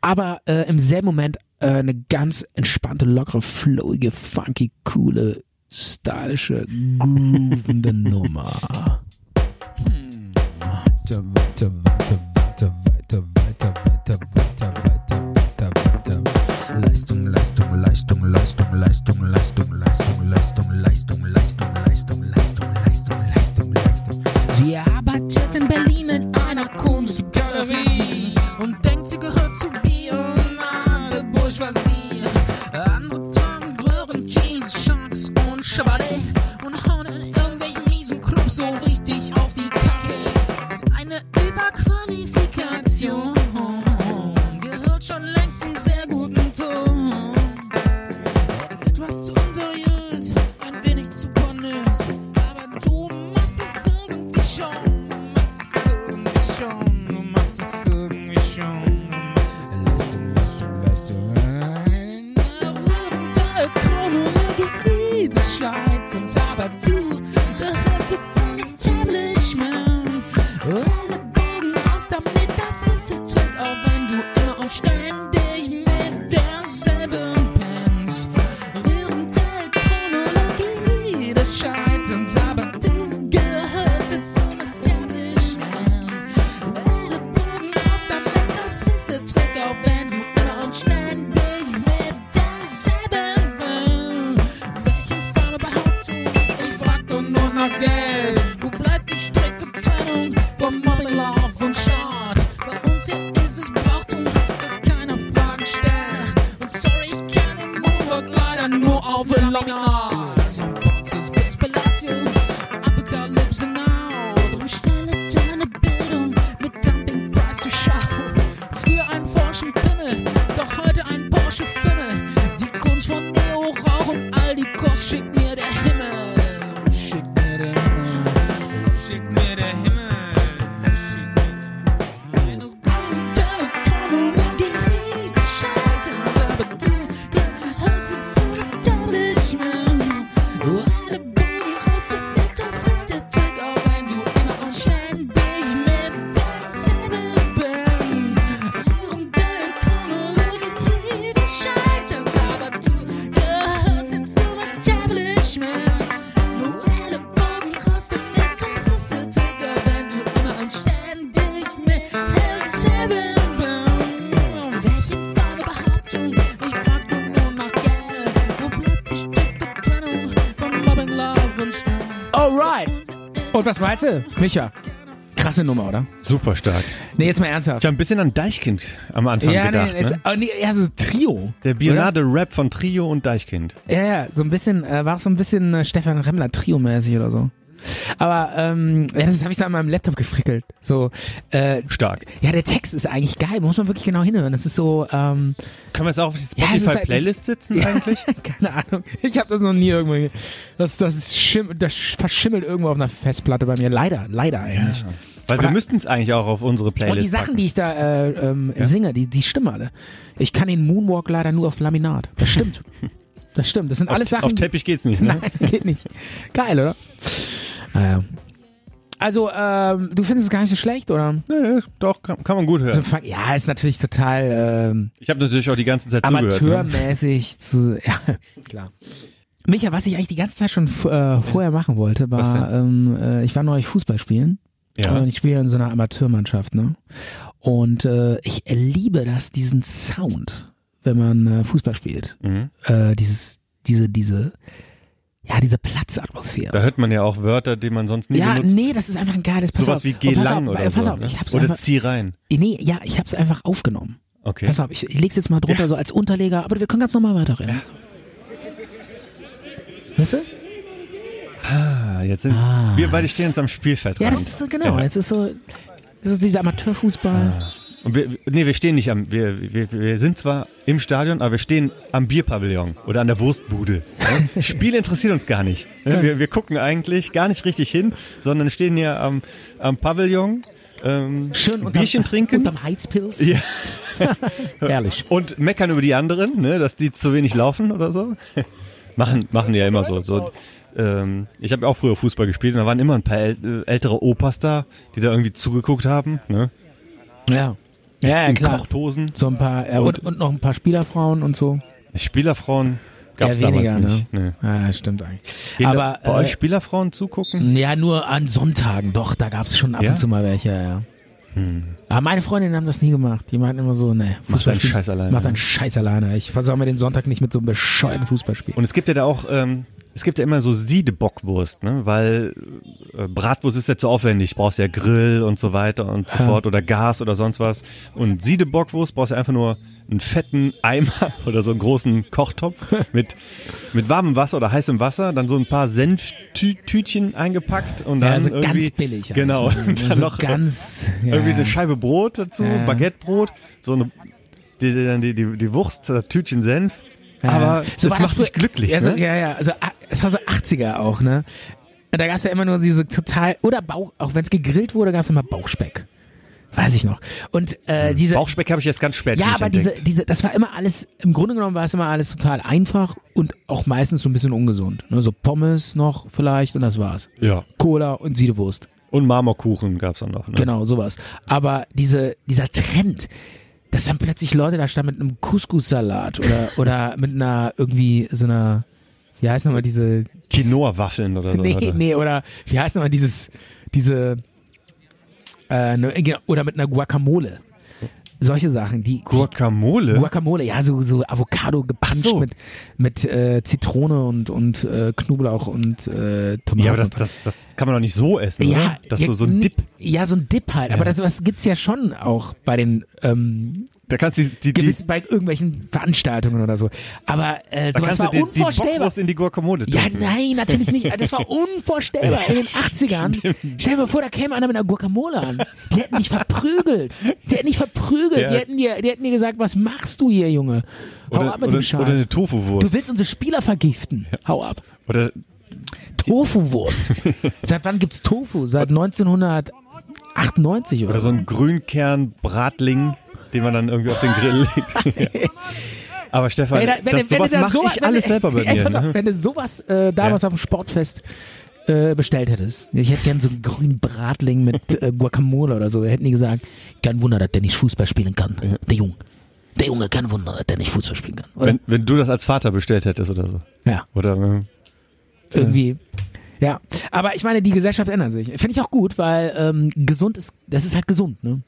C: aber äh, im selben Moment äh, eine ganz entspannte, lockere, flowige, funky, coole, stylische, groovende Nummer.
E: weiter, weiter, weiter, weiter, weiter, weiter, weiter, weiter, weiter, weiter, weiter. Leistung, Leistung, Leistung, Leistung, Leistung, Leistung, Leistung, Leistung, Leistung, Leistung, Leistung, Leistung.
F: Flasier. Andere tragen Röhren, Jeans, Sharks und Chevrolet und hauen in irgendwelchen miesen Clubs so richtig auf die Kacke. Eine Überqualifikation gehört schon längst zum sehr guten Ton. Etwas zu unseriös, ein wenig zu pornös, aber du machst es irgendwie schon. Du machst es irgendwie schon, du machst es irgendwie schon, du machst es
E: Leistung, Leistung, Leistung.
F: Scheiterns, aber du gehörst jetzt zum Establishment. Ellenbogen raus damit, das ist der Trick, auch wenn du immer und ständig mit derselben bist. Welche Farbe behauptest du? Ich frag doch nur nach Geld. Wo bleibt die strikte Trennung von Mobbing, Love und Schad? Bei uns hier ist es Brauchtum, dass keiner Fragen stellt. Und sorry, ich kann den Moonwalk leider nur auf den Long Arms. Von Pontius bis Pilatus, Apokalypse Now. Drum stelle deine Bildung mit Dumpingpreis zur Schau. Früher ein Porsche Pimmel, doch heute ein Porsche Fimmel. Die Kunst von Neo Rauch und all die Kost schickt mir der Himmel. Schickt mir der Himmel. Schickt mir der Himmel. Schickt mir eine gute Chronologie beschreiben, aber du gehörst jetzt zum Establishment. Alle Bogen raus, damit das ist der Trick, auch wenn du immer und ständig mit derselben bist. Und deine Chronologie beschreiben, aber du gehörst jetzt zum Establishment. Nur alle Bogen raus, damit das ist der Trick, auch wenn du immer und ständig mit derselben bist. Welche Farbe behaupten? Ich frag nur nur nach Geld. Wo bleibt die strikte Trennung von Mobbing, Love und Stahl?
C: Alright. Und was meinst du, Micha? Krasse Nummer, oder?
D: Super stark.
C: Nee, jetzt mal ernsthaft.
D: Ich habe ein bisschen an Deichkind am Anfang gedacht.
C: jetzt,
D: ne?
C: oh, nee, ja, so Trio.
D: Der Bionade Rap von Trio und Deichkind.
C: Ja, ja, so ein bisschen, äh, war auch so ein bisschen äh, Stefan Remmler Trio-mäßig oder so. Aber ähm, ja, das habe ich so an meinem Laptop gefrickelt. So, äh,
D: Stark.
C: ja, der Text ist eigentlich geil, muss man wirklich genau hinhören. Das ist so, ähm,
D: Können wir es auch auf die
C: Ja, es ist halt-
D: Spotify-Playlist sitzen eigentlich?
C: keine Ahnung. Ich habe das noch nie irgendwo. ge- Das, das, ist schimm, das verschimmelt irgendwo auf einer Festplatte bei mir. Leider, leider eigentlich.
D: Weil wir
C: Aber-
D: müssten es eigentlich auch auf unsere Playlist
C: Und die Sachen,
D: packen.
C: die ich da äh, ähm, singe, die, die stimmen alle. Ich kann den Moonwalk leider nur auf Laminat. Das stimmt. Das stimmt. Das sind alles Sachen.
D: auf
C: die-
D: Teppich geht's nicht, ne?
C: Nein, geht nicht. Geil, oder? Naja. Also, ähm, du findest es gar nicht so schlecht, oder? Also,
D: Nee, nee, doch, kann, kann man gut hören.
C: Ja, ist natürlich total ähm,
D: Ich habe natürlich auch die ganze Zeit zugehört. Ne?
C: amateurmäßig zu. Ja, klar. Micha, was ich eigentlich die ganze Zeit schon f- äh, vorher machen wollte,
D: Was
C: war, ähm, äh, ich war neulich Fußball spielen.
D: Ja.
C: Und ich spiele in so einer Amateurmannschaft, ne? Und äh, ich liebe das, diesen Sound, wenn man äh, Fußball spielt.
D: Mhm.
C: Äh, dieses, diese, diese, ja, diese Platzatmosphäre.
D: Da hört man ja auch Wörter, die man sonst nie
C: ja,
D: benutzt.
C: nee, das ist einfach ein geiles pass
D: Sowas
C: auf,
D: wie
C: oh,
D: geh
C: pass
D: lang
C: auf,
D: oder
C: pass
D: so.
C: auf,
D: ne?
C: ich hab's
D: Oder
C: einfach,
D: zieh rein.
C: Nee, ja, ich hab's einfach aufgenommen.
D: Okay.
C: Pass auf, ich leg's jetzt mal drunter so als Unterleger, aber wir können ganz normal weiterreden. Weißt du?
D: Ah, jetzt sind, wir beide stehen uns am Spielfeld
C: Ja,
D: rein.
C: das ist so, genau,
D: Ja.
C: jetzt ist so, das ist dieser Amateurfußball.
D: Und wir, nee, wir stehen nicht am, wir, wir, wir sind zwar im Stadion, aber wir stehen am Bierpavillon oder an der Wurstbude. ne? Spiel interessiert uns gar nicht. ne? Wir, wir gucken eigentlich gar nicht richtig hin, sondern stehen hier am, am Pavillon, ähm,
C: Schön unterm,
D: Bierchen trinken
C: unterm Heizpilz.
D: Ja.
C: Ehrlich.
D: und meckern über die anderen, ne, dass die zu wenig laufen oder so. machen, machen die ja immer so. so ähm, ich habe auch früher Fußball gespielt und da waren immer ein paar äl äh, ältere Opas da, die da irgendwie zugeguckt haben. Ne?
C: Ja. Ja, ja,
D: In
C: klar.
D: Kochdosen.
C: So ein paar, äh, und,
D: Und-
C: und noch ein paar Spielerfrauen und so.
D: Spielerfrauen gab es
C: Eher
D: damals
C: weniger,
D: nicht.
C: Ne?
D: Ne.
C: Ja, stimmt eigentlich.
D: Gehen
C: aber
D: da bei
C: äh,
D: euch Spielerfrauen zugucken?
C: Ja, nur an Sonntagen, doch, da gab's schon ab
D: Ja? Hm.
C: und zu mal welche, ja. Aber meine Freundinnen haben das nie gemacht. Die meinten immer so, ne, Fußball
D: deinen Scheiß alleine.
C: Mach deinen Scheiß alleine. Ich versau mir den Sonntag nicht mit so einem bescheuerten Fußballspiel.
D: Und es gibt ja da auch, ähm, es gibt ja immer so Siedebockwurst, ne? weil äh, Bratwurst ist ja zu aufwendig, brauchst ja Grill und so weiter und so fort oder Gas oder sonst was. Und Siedebockwurst brauchst ja einfach nur einen fetten Eimer oder so einen großen Kochtopf mit, mit warmem Wasser oder heißem Wasser, dann so ein paar Senftütchen eingepackt und dann
C: Ja, also
D: irgendwie,
C: ganz billig. alles,
D: Genau,
C: ne?
D: und dann
C: so
D: noch
C: ganz, ja.
D: irgendwie eine Scheibe Brot dazu,
C: Ja.
D: Baguettebrot, so eine die, die, die- die, die Wurst, das Tütchen Senf.
C: Ja.
D: Aber
C: So
D: das
C: war
D: macht dich
C: früher-
D: glücklich.
C: Ja, so,
D: ne?
C: ja, ja. Also, ah, es war so 80er auch, ne? Und da gab es ja immer nur diese total, oder Bauch, auch wenn es gegrillt wurde, gab es immer Bauchspeck. Weiß ich noch. Und
D: Hm.
C: äh, diese,
D: Bauchspeck habe ich jetzt ganz spät für
C: ja,
D: mich
C: aber
D: entdeckt.
C: diese, diese, das war immer alles, im Grunde genommen war es immer alles total einfach und auch meistens so ein bisschen ungesund. Ne? So Pommes noch vielleicht und das war's.
D: Ja.
C: Cola und Siedewurst.
D: Und Marmorkuchen gab's dann noch. Ne?
C: Genau, sowas. Aber diese, dieser Trend, dass dann plötzlich Leute da standen mit einem Couscous-Salat oder, oder mit einer irgendwie so einer, wie heißt nochmal diese,
D: Quinoa-Waffeln oder so.
C: nee,
D: hatte.
C: nee, oder wie heißt nochmal dieses, diese, äh, ne, genau, oder mit einer Guacamole. Solche Sachen, die.
D: Guacamole?
C: Guacamole, ja, so, so Avocado gepanscht
D: Ach so.
C: mit, mit äh, Zitrone und, und äh, Knoblauch und äh, Tomaten.
D: ja, aber das,
C: und-
D: das, das kann man doch nicht so essen,
C: ja,
D: oder? Das
C: ja,
D: ist so, so ein
C: n-
D: Dip.
C: Ja, so ein Dip halt. Aber das was gibt's ja schon auch bei den ähm,
D: Da kannst du die, die, die,
C: gewissen, bei irgendwelchen Veranstaltungen oder so. Aber äh,
D: da
C: sowas
D: kannst
C: war
D: du die, die
C: unvorstellbar.
D: Bockwurst in die Guacamole tun.
C: ja, nein, natürlich nicht. Das war unvorstellbar in den 80ern. Stell dir mal vor, da käme einer mit einer Guacamole an. Die hätten dich verprügelt. Die hätten dich verprügelt.
D: Ja.
C: Die, hätten dir, die hätten dir gesagt, was machst du hier, Junge? Hau
D: oder,
C: ab mit
D: oder,
C: dem Scheiß.
D: oder eine
C: du
D: Tofu-Wurst.
C: willst unsere Spieler vergiften. Hau ab.
D: Oder
C: Tofu-Wurst. Seit wann gibt's Tofu? Seit 1998 oder,
D: Oder so ein Grünkern-Bratling, den man dann irgendwie auf den Grill legt. ja. Aber Stefan,
C: Ey, da-
D: das,
C: du
D: sowas
C: da
D: mache
C: so-
D: ich alles selber bei
C: Ey,
D: mir.
C: pass auf,
D: Ne?
C: Wenn du sowas äh, damals
D: Ja.
C: auf dem Sportfest äh, bestellt hättest, ich hätte gern so einen grünen Bratling mit äh, Guacamole oder so, hätten die gesagt, kein Wunder, dass der nicht Fußball spielen kann, der Junge. Der Junge, kein Wunder, dass der nicht Fußball spielen kann. Oder?
D: Wenn, wenn du das als Vater bestellt hättest oder so.
C: ja,
D: Oder ähm,
C: irgendwie. Ja, aber ich meine, die Gesellschaft ändert sich. Finde ich auch gut, weil ähm, gesund ist, das ist halt gesund, ne?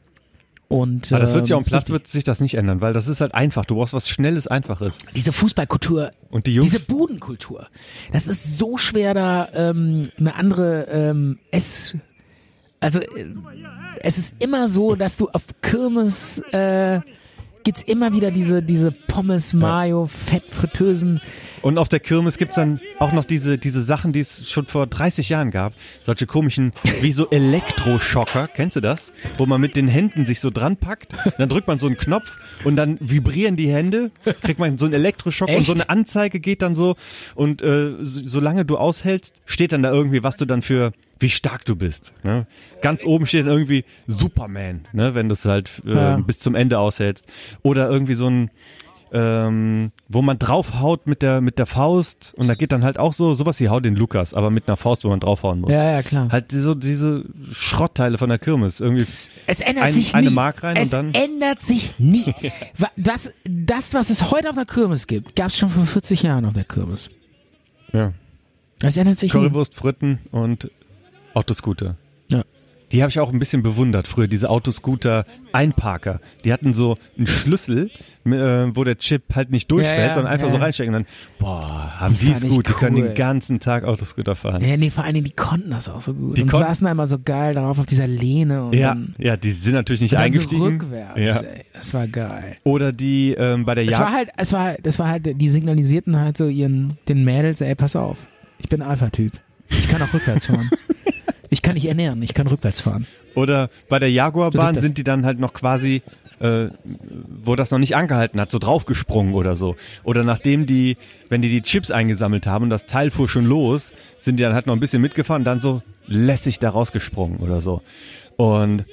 C: Und,
D: aber Ah, das wird sich
C: ähm,
D: auf dem
C: ist
D: Platz
C: wichtig.
D: wird sich das nicht ändern, weil das ist halt einfach. Du brauchst was Schnelles, Einfaches.
C: diese Fußballkultur,
D: Und die Jungs-
C: diese Budenkultur, das ist so schwer da ähm, eine andere ähm, es also äh, es ist immer so, dass du auf Kirmes äh, gibt's immer wieder diese diese Pommes Mayo Fettfritteusen
D: Und auf der Kirmes gibt's dann auch noch diese, diese Sachen, die es schon vor 30 Jahren gab. Solche komischen, wie so Elektroschocker, kennst du das? Wo man mit den Händen sich so dran packt, dann drückt man so einen Knopf und dann vibrieren die Hände, kriegt man so einen Elektroschock und
C: Echt?
D: so eine Anzeige geht dann so. Und äh, so, solange du aushältst, steht dann da irgendwie, was du dann für wie stark du bist. Ne? Ganz oben steht dann irgendwie Superman, ne? wenn du es halt äh,
C: Ja.
D: bis zum Ende aushältst. Oder irgendwie so ein ähm, wo man draufhaut mit der, mit der Faust und da geht dann halt auch so, sowas wie hau den Lukas, aber mit einer Faust, wo man draufhauen muss.
C: Ja, ja, klar.
D: Halt so diese Schrottteile von der Kirmes. Irgendwie.
C: Es ändert
D: Ein-
C: sich nie.
D: eine Mark rein und
C: es
D: dann-
C: ändert sich nie. Wa- Das, das, was es heute auf der Kirmes gibt, gab's schon vor 40 Jahren auf der Kirmes.
D: Ja.
C: Es ändert sich nie.
D: Currywurst, Fritten und Autoscooter.
C: Ja.
D: Die habe ich auch ein bisschen bewundert früher, diese Autoscooter-Einparker. Die hatten so einen Schlüssel, m- äh, wo der Chip halt nicht durchfällt,
C: Ja, ja,
D: sondern einfach
C: ja,
D: so
C: ja.
D: reinstecken und dann, boah, haben
C: Die
D: die es
C: fand ich
D: gut, die können
C: cool.
D: den ganzen Tag Autoscooter fahren.
C: Ja, nee, vor allen Dingen, die konnten das auch so gut.
D: Die
C: und
D: konnten-
C: saßen da immer so geil drauf auf dieser Lehne und
D: Ja,
C: dann,
D: ja, die sind natürlich nicht
C: dann so
D: eingestiegen.
C: rückwärts.
D: ja.
C: Ey. Das war geil.
D: Oder die ähm, bei der
C: Es war
D: Jagd.
C: halt, es war, das war halt, die signalisierten halt so ihren, den Mädels, ey, pass auf, ich bin Alpha-Typ. Ich kann auch rückwärts fahren. Ich kann nicht ernähren, ich kann rückwärts fahren.
D: Oder bei der
C: So lief
D: Jaguarbahn
C: das.
D: sind die dann halt noch quasi, äh, wo das noch nicht angehalten hat, so draufgesprungen oder so. Oder nachdem die, wenn die die Chips eingesammelt haben und das Teil fuhr schon los, sind die dann halt noch ein bisschen mitgefahren und dann so lässig da rausgesprungen oder so. Und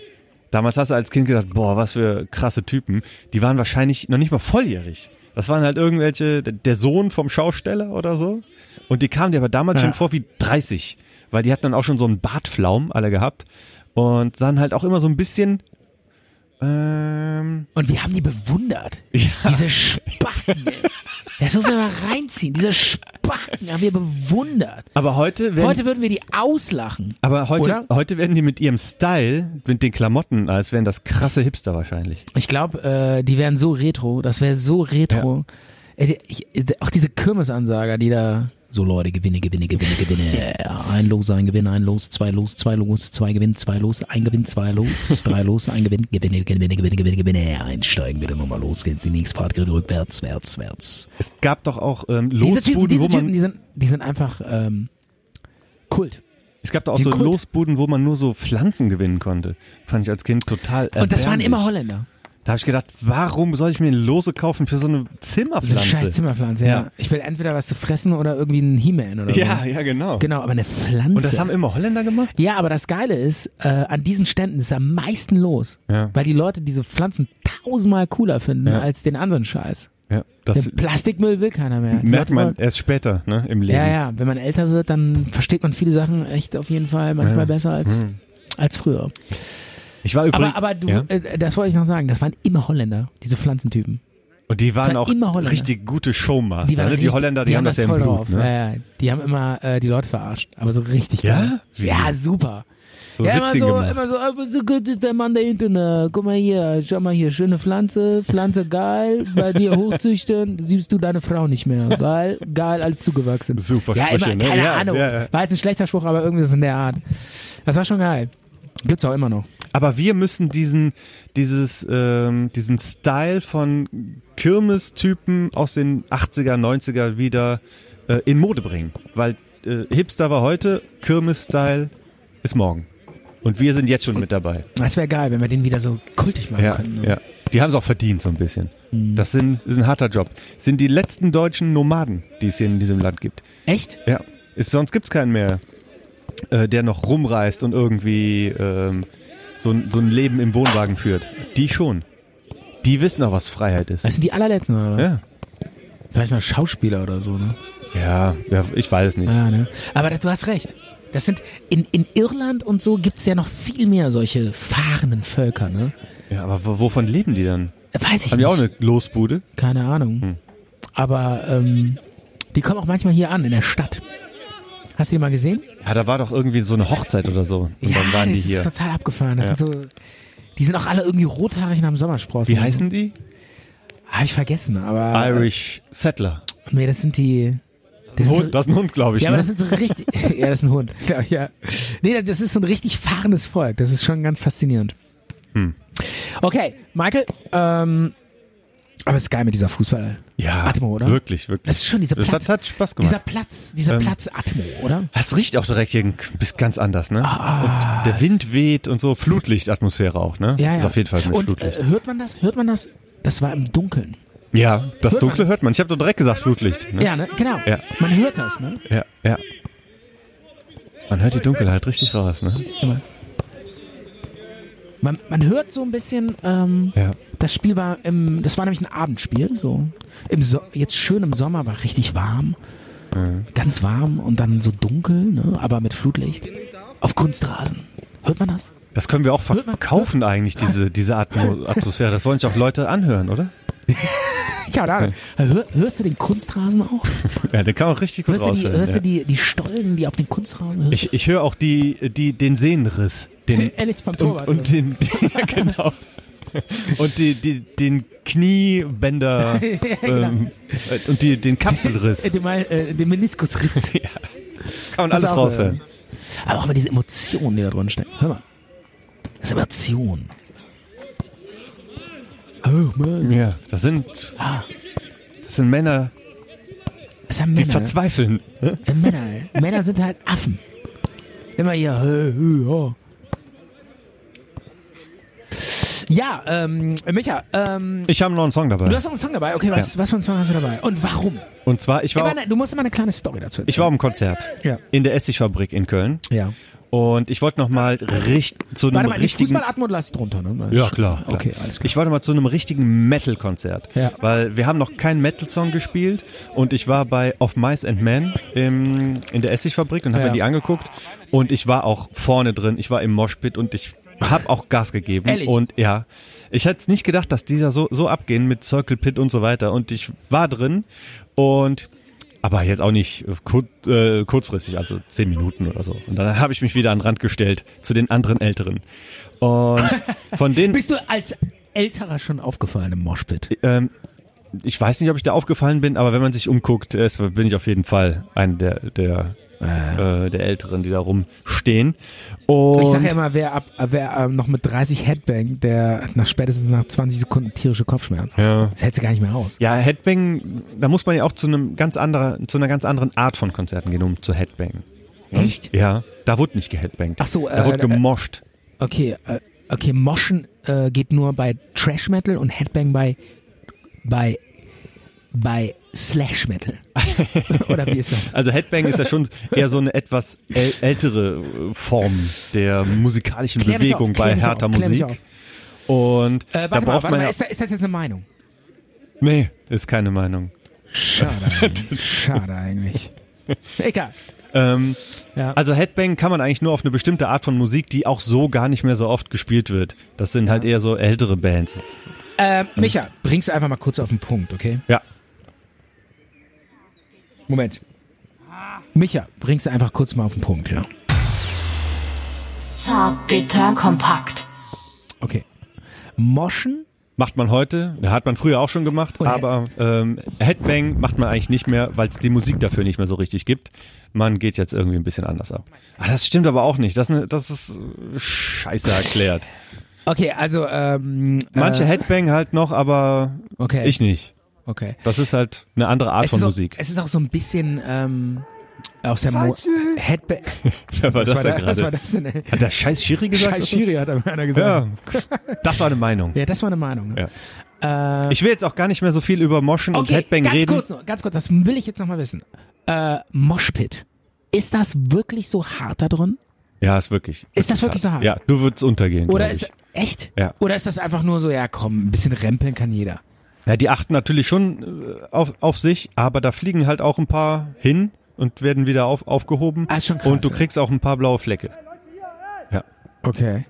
D: damals hast du als Kind gedacht, boah, was für krasse Typen. Die waren wahrscheinlich noch nicht mal volljährig. Das waren halt irgendwelche, d- der Sohn vom Schausteller oder so. Und die kamen dir aber damals
C: Ja.
D: schon vor wie 30, weil die hatten dann auch schon so einen Bartflaum alle gehabt und sahen halt auch immer so ein bisschen, ähm,
C: Und wir haben die bewundert. Diese Spacken, ey. Das muss man mal reinziehen. Diese Spacken haben wir bewundert.
D: aber heute werden,
C: Heute würden wir die auslachen.
D: aber heute,
C: oder?
D: heute werden die mit ihrem Style, mit den Klamotten, als wären das krasse Hipster wahrscheinlich.
C: Ich glaube, äh, die
G: Äh,
C: wären so retro. Das wäre so retro. Ey, die- ich, auch diese Kirmesansager, die da
G: So Leute, Gewinne, Gewinne, Gewinne, Gewinne. Ein Los, ein Gewinn, ein Los, zwei Los, zwei Los, zwei Gewinn, zwei Los, ein Gewinn, zwei Los, drei Los, ein Gewinn, Gewinne, Gewinne, Gewinne, Gewinne, Gewinne. Einsteigen, wieder nochmal los, geht's die nächste Fahrt, geht rückwärts, wärts, wärts.
D: Es gab doch auch ähm,
C: Diese Typen,
D: Losbuden,
C: diese
D: wo
C: Typen
D: man,
C: die, sind, die sind einfach ähm, Kult.
D: es gab doch auch
C: die
D: so
C: Kult.
D: Losbuden, wo man nur so Pflanzen gewinnen konnte. Fand ich als Kind total
C: Und das waren
D: erbärmlich.
C: immer Holländer.
D: Da habe ich gedacht, warum soll ich mir Lose kaufen für so eine
C: So eine
D: Zimmerpflanze?
C: scheiß Zimmerpflanze, ja.
D: Ja.
C: Ich will entweder was zu fressen oder irgendwie einen He-Man oder
D: ja,
C: so.
D: ja, genau.
C: Genau, aber eine Pflanze.
D: Und das haben immer Holländer gemacht?
C: ja, aber das Geile ist, äh, an diesen Ständen ist am meisten los,
D: Ja.
C: weil die Leute diese Pflanzen tausendmal cooler finden
D: Ja.
C: als den anderen Scheiß.
D: Ja,
C: Den
D: das
C: Plastikmüll will keiner mehr.
D: merkt
C: Leute
D: man
C: wollen-
D: erst später ne, im Leben.
C: Ja, ja, wenn man älter wird, dann versteht man viele Sachen echt auf jeden Fall manchmal
D: Ja. Mhm.
C: besser als, als früher.
D: Ich war übrigens.
C: Aber, aber du,
D: ja?
C: äh, das wollte ich noch sagen, das waren immer Holländer, diese Pflanzentypen.
D: Und die waren
C: waren
D: auch
C: immer Holländer.
D: richtig gute Showmaster. Die, ne? die
C: richtig-
D: Holländer, die, haben das ja im
C: voll
D: Blut.
C: drauf.
D: Ne?
C: Ja, ja. Die haben immer äh, die Leute verarscht, aber so richtig
D: Ja?
C: geil.
D: Wie?
C: Ja, super.
D: So
C: ja, immer
D: witzig
C: so,
D: gemacht.
C: immer so, aber so gut ist der Mann da hinten. äh, Guck mal hier, schau mal hier, schöne Pflanze, Pflanze geil, bei dir hochzüchten, siehst du deine Frau nicht mehr. Geil, geil, alles zugewachsen.
D: Super
C: ja,
D: Sprüche,
C: immer,
D: ne?
C: keine
D: Ja,
C: Ahnung.
D: ja, ja.
C: War jetzt ein schlechter Spruch, aber irgendwie ist es in der Art. Das war schon geil. Gibt's auch immer noch.
D: Aber wir müssen diesen, dieses, ähm, diesen Style von Kirmes-Typen aus den 80er, 90er wieder äh, in Mode bringen. Weil äh, Hipster war heute, Kirmes-Style ist morgen. Und wir sind jetzt schon mit dabei.
C: Das wäre geil, wenn wir den wieder so kultig machen ne?
D: Ja,
C: könnten.
D: ja. Die haben es auch verdient, so ein bisschen. Das sind, ist ein harter Job. Sind die letzten deutschen Nomaden, die es hier in diesem Land gibt.
C: Echt?
D: Ja. Ist, sonst gibt's keinen mehr, äh, der noch rumreist und irgendwie ähm, so, ein- so ein Leben im Wohnwagen führt. Die schon. Die wissen auch, was Freiheit ist.
C: Das sind die allerletzten, oder was?
D: Ja.
C: Vielleicht noch Schauspieler oder so, ne?
D: Ja, ja, ich weiß nicht.
C: Ja, ne? Aber das, du hast recht. Das sind, in, in Irland und so gibt's ja noch viel mehr solche fahrenden Völker, ne?
D: Ja, aber wo- wovon leben die dann?
C: Weiß ich
D: Haben
C: nicht.
D: die auch Hm. eine Losbude?
C: Keine Ahnung. Aber ähm, die kommen auch manchmal hier an, in der Stadt. Hast du die mal gesehen?
D: Ja, da war doch irgendwie so eine Hochzeit oder so. Und dann waren
C: das
D: die hier.
C: ist total abgefahren. Das
D: Ja.
C: sind so, die sind auch alle irgendwie rothaarig und haben Sommersprossen.
D: Wie heißen die?
C: Habe ich vergessen, aber.
D: Irish Settler.
C: Nee, das sind die. Äh, Das sind so,
D: Hund, das ist ein Hund, glaube ich.
C: ja,
D: ne?
C: aber das sind so richtig. ja, das ist ein Hund. Ja, ja. Nee, das ist so ein richtig fahrendes Volk. Das ist schon ganz faszinierend.
D: Hm.
C: Okay, Michael, ähm, aber es ist geil mit dieser Fußball-Atmo,
D: Ja,
C: oder?
D: wirklich, wirklich.
C: Das ist schon dieser
D: Das
C: Platz.
D: hat, hat Spaß gemacht.
C: Dieser Platz, dieser
D: Ähm,
C: Platz-Atmo, oder?
D: das riecht auch direkt hier ein bisschen ganz anders,
C: Ah,
D: ne? und der Wind weht und so, Flutlichtatmosphäre auch, ne?
C: Ja, ja.
D: Ist auf jeden Fall mit
C: Und
D: Flutlicht.
C: äh, hört man das? Hört man das? Das war im Dunkeln.
D: ja, das
C: hört
D: Dunkle
C: man-
D: hört man. Ich habe doch direkt gesagt Flutlicht, ne?
C: Ja, ne? Genau.
D: Ja.
C: Man hört das, ne?
D: ja, ja. Man hört die Dunkelheit richtig raus, ne?
C: Immer. Man, man hört so ein bisschen, ähm,
D: Ja.
C: das Spiel war im, das war nämlich ein Abendspiel, so. Im so jetzt schön im Sommer, war richtig warm.
D: Mhm.
C: Ganz warm und dann so dunkel, ne? aber mit Flutlicht. Auf Kunstrasen. Hört man das?
D: Das können wir auch
C: Hört man-
D: verkaufen eigentlich, diese, diese Atmo Atmosphäre. Das wollen sich auch Leute anhören, oder?
C: Keine Ahnung. Hör, hörst du den Kunstrasen auch?
D: Ja, den kann man richtig gut
C: Hörst du die,
D: raushören.
C: hörst
D: ja.
C: du die, die Stollen, die auf den Kunstrasen hörst?
D: ich ich höre auch die, die, den Sehnenriss. Den,
C: Ehrlich, vom
D: Und,
C: Torwart. oder
D: und
C: so.
D: den, ja, genau. Und die, die, den Kniebänder
C: Ja, genau.
D: ähm, äh, und die, den
C: Äh,
D: Kapselriss.
C: den, Mal- äh, den Meniskusriss.
D: Kann man alles
C: auch,
D: raushören.
C: Aber auch mal diese Emotionen, die da drin stecken. Hör mal. Das ist Emotion. Oh Mann.
D: Ja, das sind,
C: Ah,
D: das sind Männer,
C: das sind
D: die
C: Männer.
D: verzweifeln. ne?
C: Äh, Männer. Männer sind halt Affen. Immer hier. hö, hö, ho. Ja, ähm, Micha, ähm,
D: Ich habe noch einen Song
C: du
D: dabei.
C: hast auch einen Song dabei. Okay, was, was für einen Song hast du dabei? Und warum?
D: Und zwar, ich
C: Immer
D: war,
C: eine, du musst immer eine kleine Story dazu
D: Oh. ich
C: erzählen.
D: war auf einem Konzert
C: Ja.
D: in der Essigfabrik in Köln
C: ja.
D: und ich wollte noch mal richt, zu einem
C: Warte mal, die
D: richtigen
C: Fußballatmung lass drunter, ne? Das
D: Ja,
C: ist-
D: klar. klar.
C: Okay, alles klar.
D: Ich wollte mal zu einem richtigen Metal-Konzert.
C: Ja.
D: Weil wir haben noch keinen Metal-Song gespielt und ich war bei Of Mice and Men im, in der Essigfabrik und habe
C: Ja.
D: mir die angeguckt und ich war auch vorne drin, ich war im Moshpit und ich habe auch Gas gegeben.
C: Ehrlich?
D: Und ja, ich hätte es nicht gedacht, dass dieser so, so abgehen mit Circle Pit und so weiter und ich war drin und aber jetzt auch nicht kur äh, kurzfristig, also zehn Minuten oder so. Und dann habe ich mich wieder an den Rand gestellt zu den anderen Älteren. Und von denen
C: Bist du als Älterer schon aufgefallen im Moshpit?
D: ähm, ich weiß nicht, ob ich da aufgefallen bin, aber wenn man sich umguckt, äh, bin ich auf jeden Fall einer der, der, äh, der Älteren, die da rumstehen. Und
C: Ah. ich sage ja immer, wer, ab, wer ähm, noch mit 30 Headbang, der hat nach spätestens nach 20 Sekunden tierische Kopfschmerzen.
D: Ja.
C: Das hält sie gar nicht mehr aus.
D: Ja, Headbang, da muss man ja auch zu einem ganz anderen, zu einer ganz anderen Art von Konzerten gehen, um zu Headbangen.
C: Echt?
D: Ja, da wurde nicht geheadbangt.
C: Ach so,
D: da
C: äh,
D: wurde
C: äh,
D: gemoscht.
C: Okay, äh, okay, Moschen äh, geht nur bei Trash Metal und Headbang bei bei bei Slash Metal. Oder wie ist das?
D: Also Headbang ist ja schon eher so eine etwas äl ältere äh, Form der musikalischen
C: Klär mich auf,
D: Bewegung
C: klär
D: bei
C: mich
D: härter
C: auf, klär mich
D: Musik. Und
C: Äh,
D: da
C: warte mal,
D: braucht
C: warte
D: man
C: mal,
D: ja.
C: ist, da- ist das jetzt eine Meinung?
D: nee, ist keine Meinung.
C: Schade, eigentlich. schade eigentlich. Egal.
D: Ähm,
C: Ja.
D: Also Headbang kann man eigentlich nur auf eine bestimmte Art von Musik, die auch so gar nicht mehr so oft gespielt wird. Das sind halt eher so ältere Bands.
C: äh, Micha, bring's einfach mal kurz auf den Punkt, okay?
D: Ja.
C: Moment. Micha, bring's einfach kurz mal auf den Punkt, ja.
B: Zart, bitter, kompakt.
C: Okay. Moschen
D: Macht man heute, da hat man früher auch schon gemacht,
C: Und-
D: aber ähm, Headbang macht man eigentlich nicht mehr, weil es die Musik dafür nicht mehr so richtig gibt. Man geht jetzt irgendwie ein bisschen anders ab. Ah, das stimmt aber auch nicht. Das, ist eine- das ist äh, scheiße erklärt.
C: Okay, also ähm,
D: Manche
C: äh,
D: Headbang halt noch, aber
C: okay,
D: ich nicht.
C: okay.
D: Das ist halt eine andere Art
C: es
D: von
C: ist
D: Musik.
C: Auch, es ist auch so ein bisschen ähm, aus der Mo Headbang.
D: Wer war das
C: was, war
D: da
C: da, was war
D: gerade?
C: das denn? ey?
D: Hat der scheiß Schiri gesagt?
C: Scheiß Schiri hat aber einer gesagt.
D: Ja, das war eine Meinung.
C: Ja, das war eine Meinung. Ne? Äh,
D: Ich will jetzt auch gar nicht mehr so viel über Moschen und
C: okay,
D: Headbang
C: ganz
D: reden.
C: kurz nur, ganz kurz, das will ich jetzt nochmal wissen. Äh, Moshpit. Ist das wirklich so hart da drin?
D: Ja, ist wirklich.
C: Ist das wirklich so hart?
D: Ja, du würdest untergehen.
C: Oder
D: glaub ich.
C: ist echt?
D: Ja.
C: Oder ist das einfach nur so, ja komm, ein bisschen rempeln kann jeder.
D: Ja, die achten natürlich schon äh, auf, auf sich, aber da fliegen halt auch ein paar hin und werden wieder auf, aufgehoben.
C: Ah, ist schon krass,
D: und du
C: ja.
D: kriegst auch ein paar blaue Flecke.
C: Okay.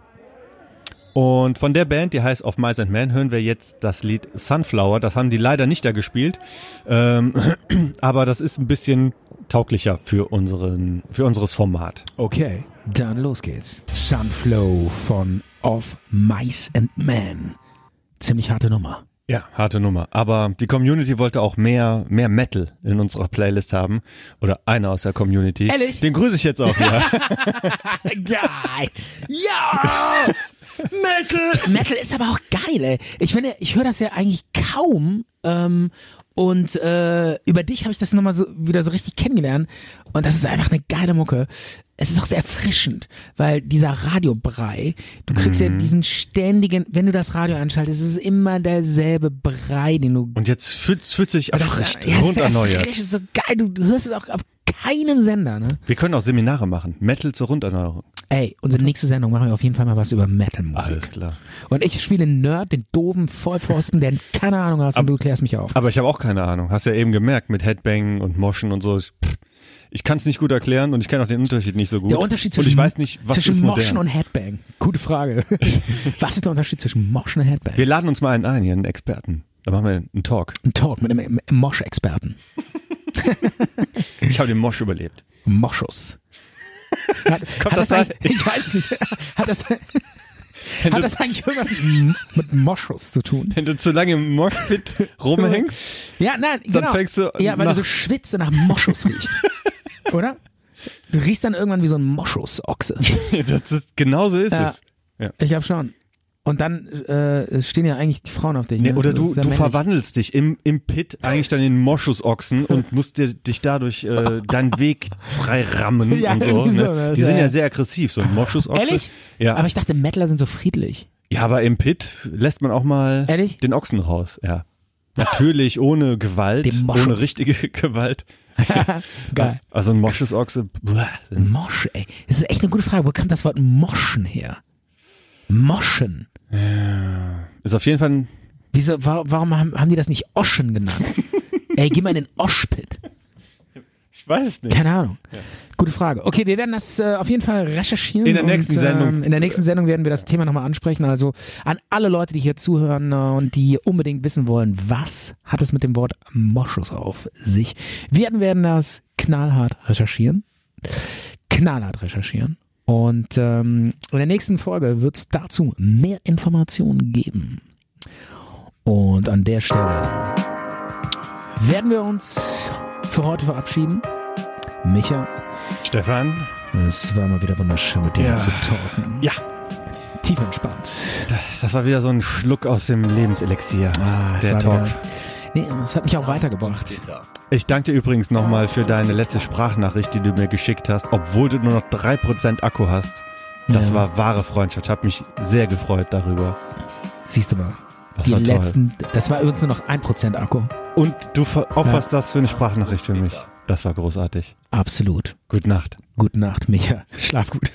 D: Und von der Band, die heißt Of Mice and Men, hören wir jetzt das Lied Sunflower. Das haben die leider nicht da gespielt, ähm, aber das ist ein bisschen tauglicher für, unseren, für unseres Format.
C: Okay, dann los geht's. Sunflow von Of Mice and Men. Ziemlich harte Nummer.
D: Ja, harte Nummer. Aber die Community wollte auch mehr, mehr Metal in unserer Playlist haben. Oder einer aus der Community.
C: Ehrlich?
D: Den grüße ich jetzt auch, ja.
C: Geil. Ja! Metal! Metal ist aber auch geil, ey. Ich finde, ich höre das ja eigentlich kaum. Ähm, und äh, über dich habe ich das nochmal so wieder so richtig kennengelernt. Und das ist einfach eine geile Mucke. Es ist auch sehr erfrischend, weil dieser Radiobrei, du kriegst ja diesen ständigen, wenn du das Radio anschaltest, ist es immer derselbe Brei, den du
D: Und jetzt fühlst, fühlst du dich
C: Das ist-
D: erfrischt,
C: ja, das ist
D: rund erneuert.
C: erfrischend, so geil, du, du hörst es auch auf keinem Sender, ne?
D: Wir können auch Seminare machen. Metal zur Runderneuerung.
C: Ey, unsere nächste Sendung machen wir auf jeden Fall mal was über Metal-Musik.
D: Alles klar.
C: Und ich spiele den Nerd, den doofen Vollpfosten, der keine Ahnung hast und du klärst mich auf.
D: Aber ich habe auch keine Ahnung. Hast ja eben gemerkt mit Headbang und Moschen und so. Ich, pff, ich kann es nicht gut erklären und ich kenne auch den Unterschied nicht so gut.
C: Der Unterschied zwischen,
D: und ich weiß nicht, was
C: zwischen
D: ist modern.
C: Moschen und Headbang. Gute Frage. was ist der Unterschied zwischen Moschen und Headbang?
D: wir laden uns mal einen ein, hier einen Experten. Da machen wir einen Talk.
C: Ein Talk mit einem einem Mosch-Experten.
D: Ich habe den Mosch überlebt.
C: Moschus. Hat, hat das
D: das da-
C: eigentlich- ich weiß nicht. Hat das, hat
D: du-
C: das eigentlich irgendwas mit, mit Moschus zu tun?
D: Wenn du zu lange im Moschpit rumhängst,
C: Ja, nein,
D: Dann
C: genau.
D: fängst du
C: ja, weil
D: nach-
C: du so schwitzt und nach Moschus riecht. Oder? Du riechst dann irgendwann wie so ein Moschus-Ochse.
D: das ist, genau so ist
C: Ja.
D: es.
C: Ich hab schon. Und dann äh, es stehen ja eigentlich die Frauen auf dich.
D: Nee,
C: ne?
D: oder
C: Das
D: du,
C: ist ja
D: du
C: männlich.
D: verwandelst dich im, im Pit eigentlich dann in Moschusochsen und musst dir, dich dadurch äh, deinen Weg frei rammen
C: Ja,
D: und so.
C: irgendwie so,
D: Ne?
C: das
D: Die
C: ist
D: sind
C: ja-
D: ja sehr aggressiv, so ein Moschusochse.
C: Ehrlich?
D: Ja.
C: Aber
D: Aber,
C: ich dachte, Mettler sind so friedlich.
D: ja, aber im Pit lässt man auch mal
C: Ehrlich?
D: den Ochsen raus. Ja. Natürlich ohne Gewalt,
C: Den Moschus.
D: ohne richtige Gewalt.
C: Geil.
D: Also ein Moschusochse, bleh, sind-
C: Mosch, ey. Das ist echt eine gute Frage. Wo kam das Wort Moschen her? Moschen.
D: ist auf jeden Fall ein
C: Wieso, wa- warum haben, haben die das nicht Oschen genannt? ey, geh mal in den Oschpit.
D: ich weiß es nicht.
C: Keine Ahnung. Gute Frage. Okay, wir werden das äh, auf jeden Fall recherchieren.
D: In der
C: und,
D: nächsten
C: ähm,
D: Sendung.
C: In der nächsten Sendung werden wir das Thema nochmal ansprechen. Also an alle Leute, die hier zuhören äh, und die unbedingt wissen wollen, was hat es mit dem Wort Moschus auf sich? Wir werden das knallhart recherchieren. Knallhart recherchieren. Und ähm, in der nächsten Folge wird es dazu mehr Informationen geben. Und an der Stelle werden wir uns für heute verabschieden. Micha,
D: Stefan?
G: Es war mal wieder wunderschön mit dir
D: Ja.
G: zu talken.
D: Ja,
C: tief entspannt.
D: das, das war wieder so ein Schluck aus dem Lebenselixier.
C: Ah,
G: es
D: Ah, der
G: war
D: Talk.
G: wieder-
C: Nee, das hat mich auch weitergebracht.
D: Ich danke dir übrigens nochmal für deine letzte Sprachnachricht, die du mir geschickt hast, obwohl du nur noch 3% Akku hast. Das
G: Ja.
D: war wahre Freundschaft. Hab mich sehr gefreut darüber.
C: Siehst du mal.
D: Das
C: die
D: war toll.
C: letzten, das war übrigens nur noch 1% Akku.
D: Und du ver- opferst das für eine Sprachnachricht für mich. Das war großartig.
C: Absolut.
D: Gute Nacht.
C: Gute Nacht, Micha. Schlaf gut.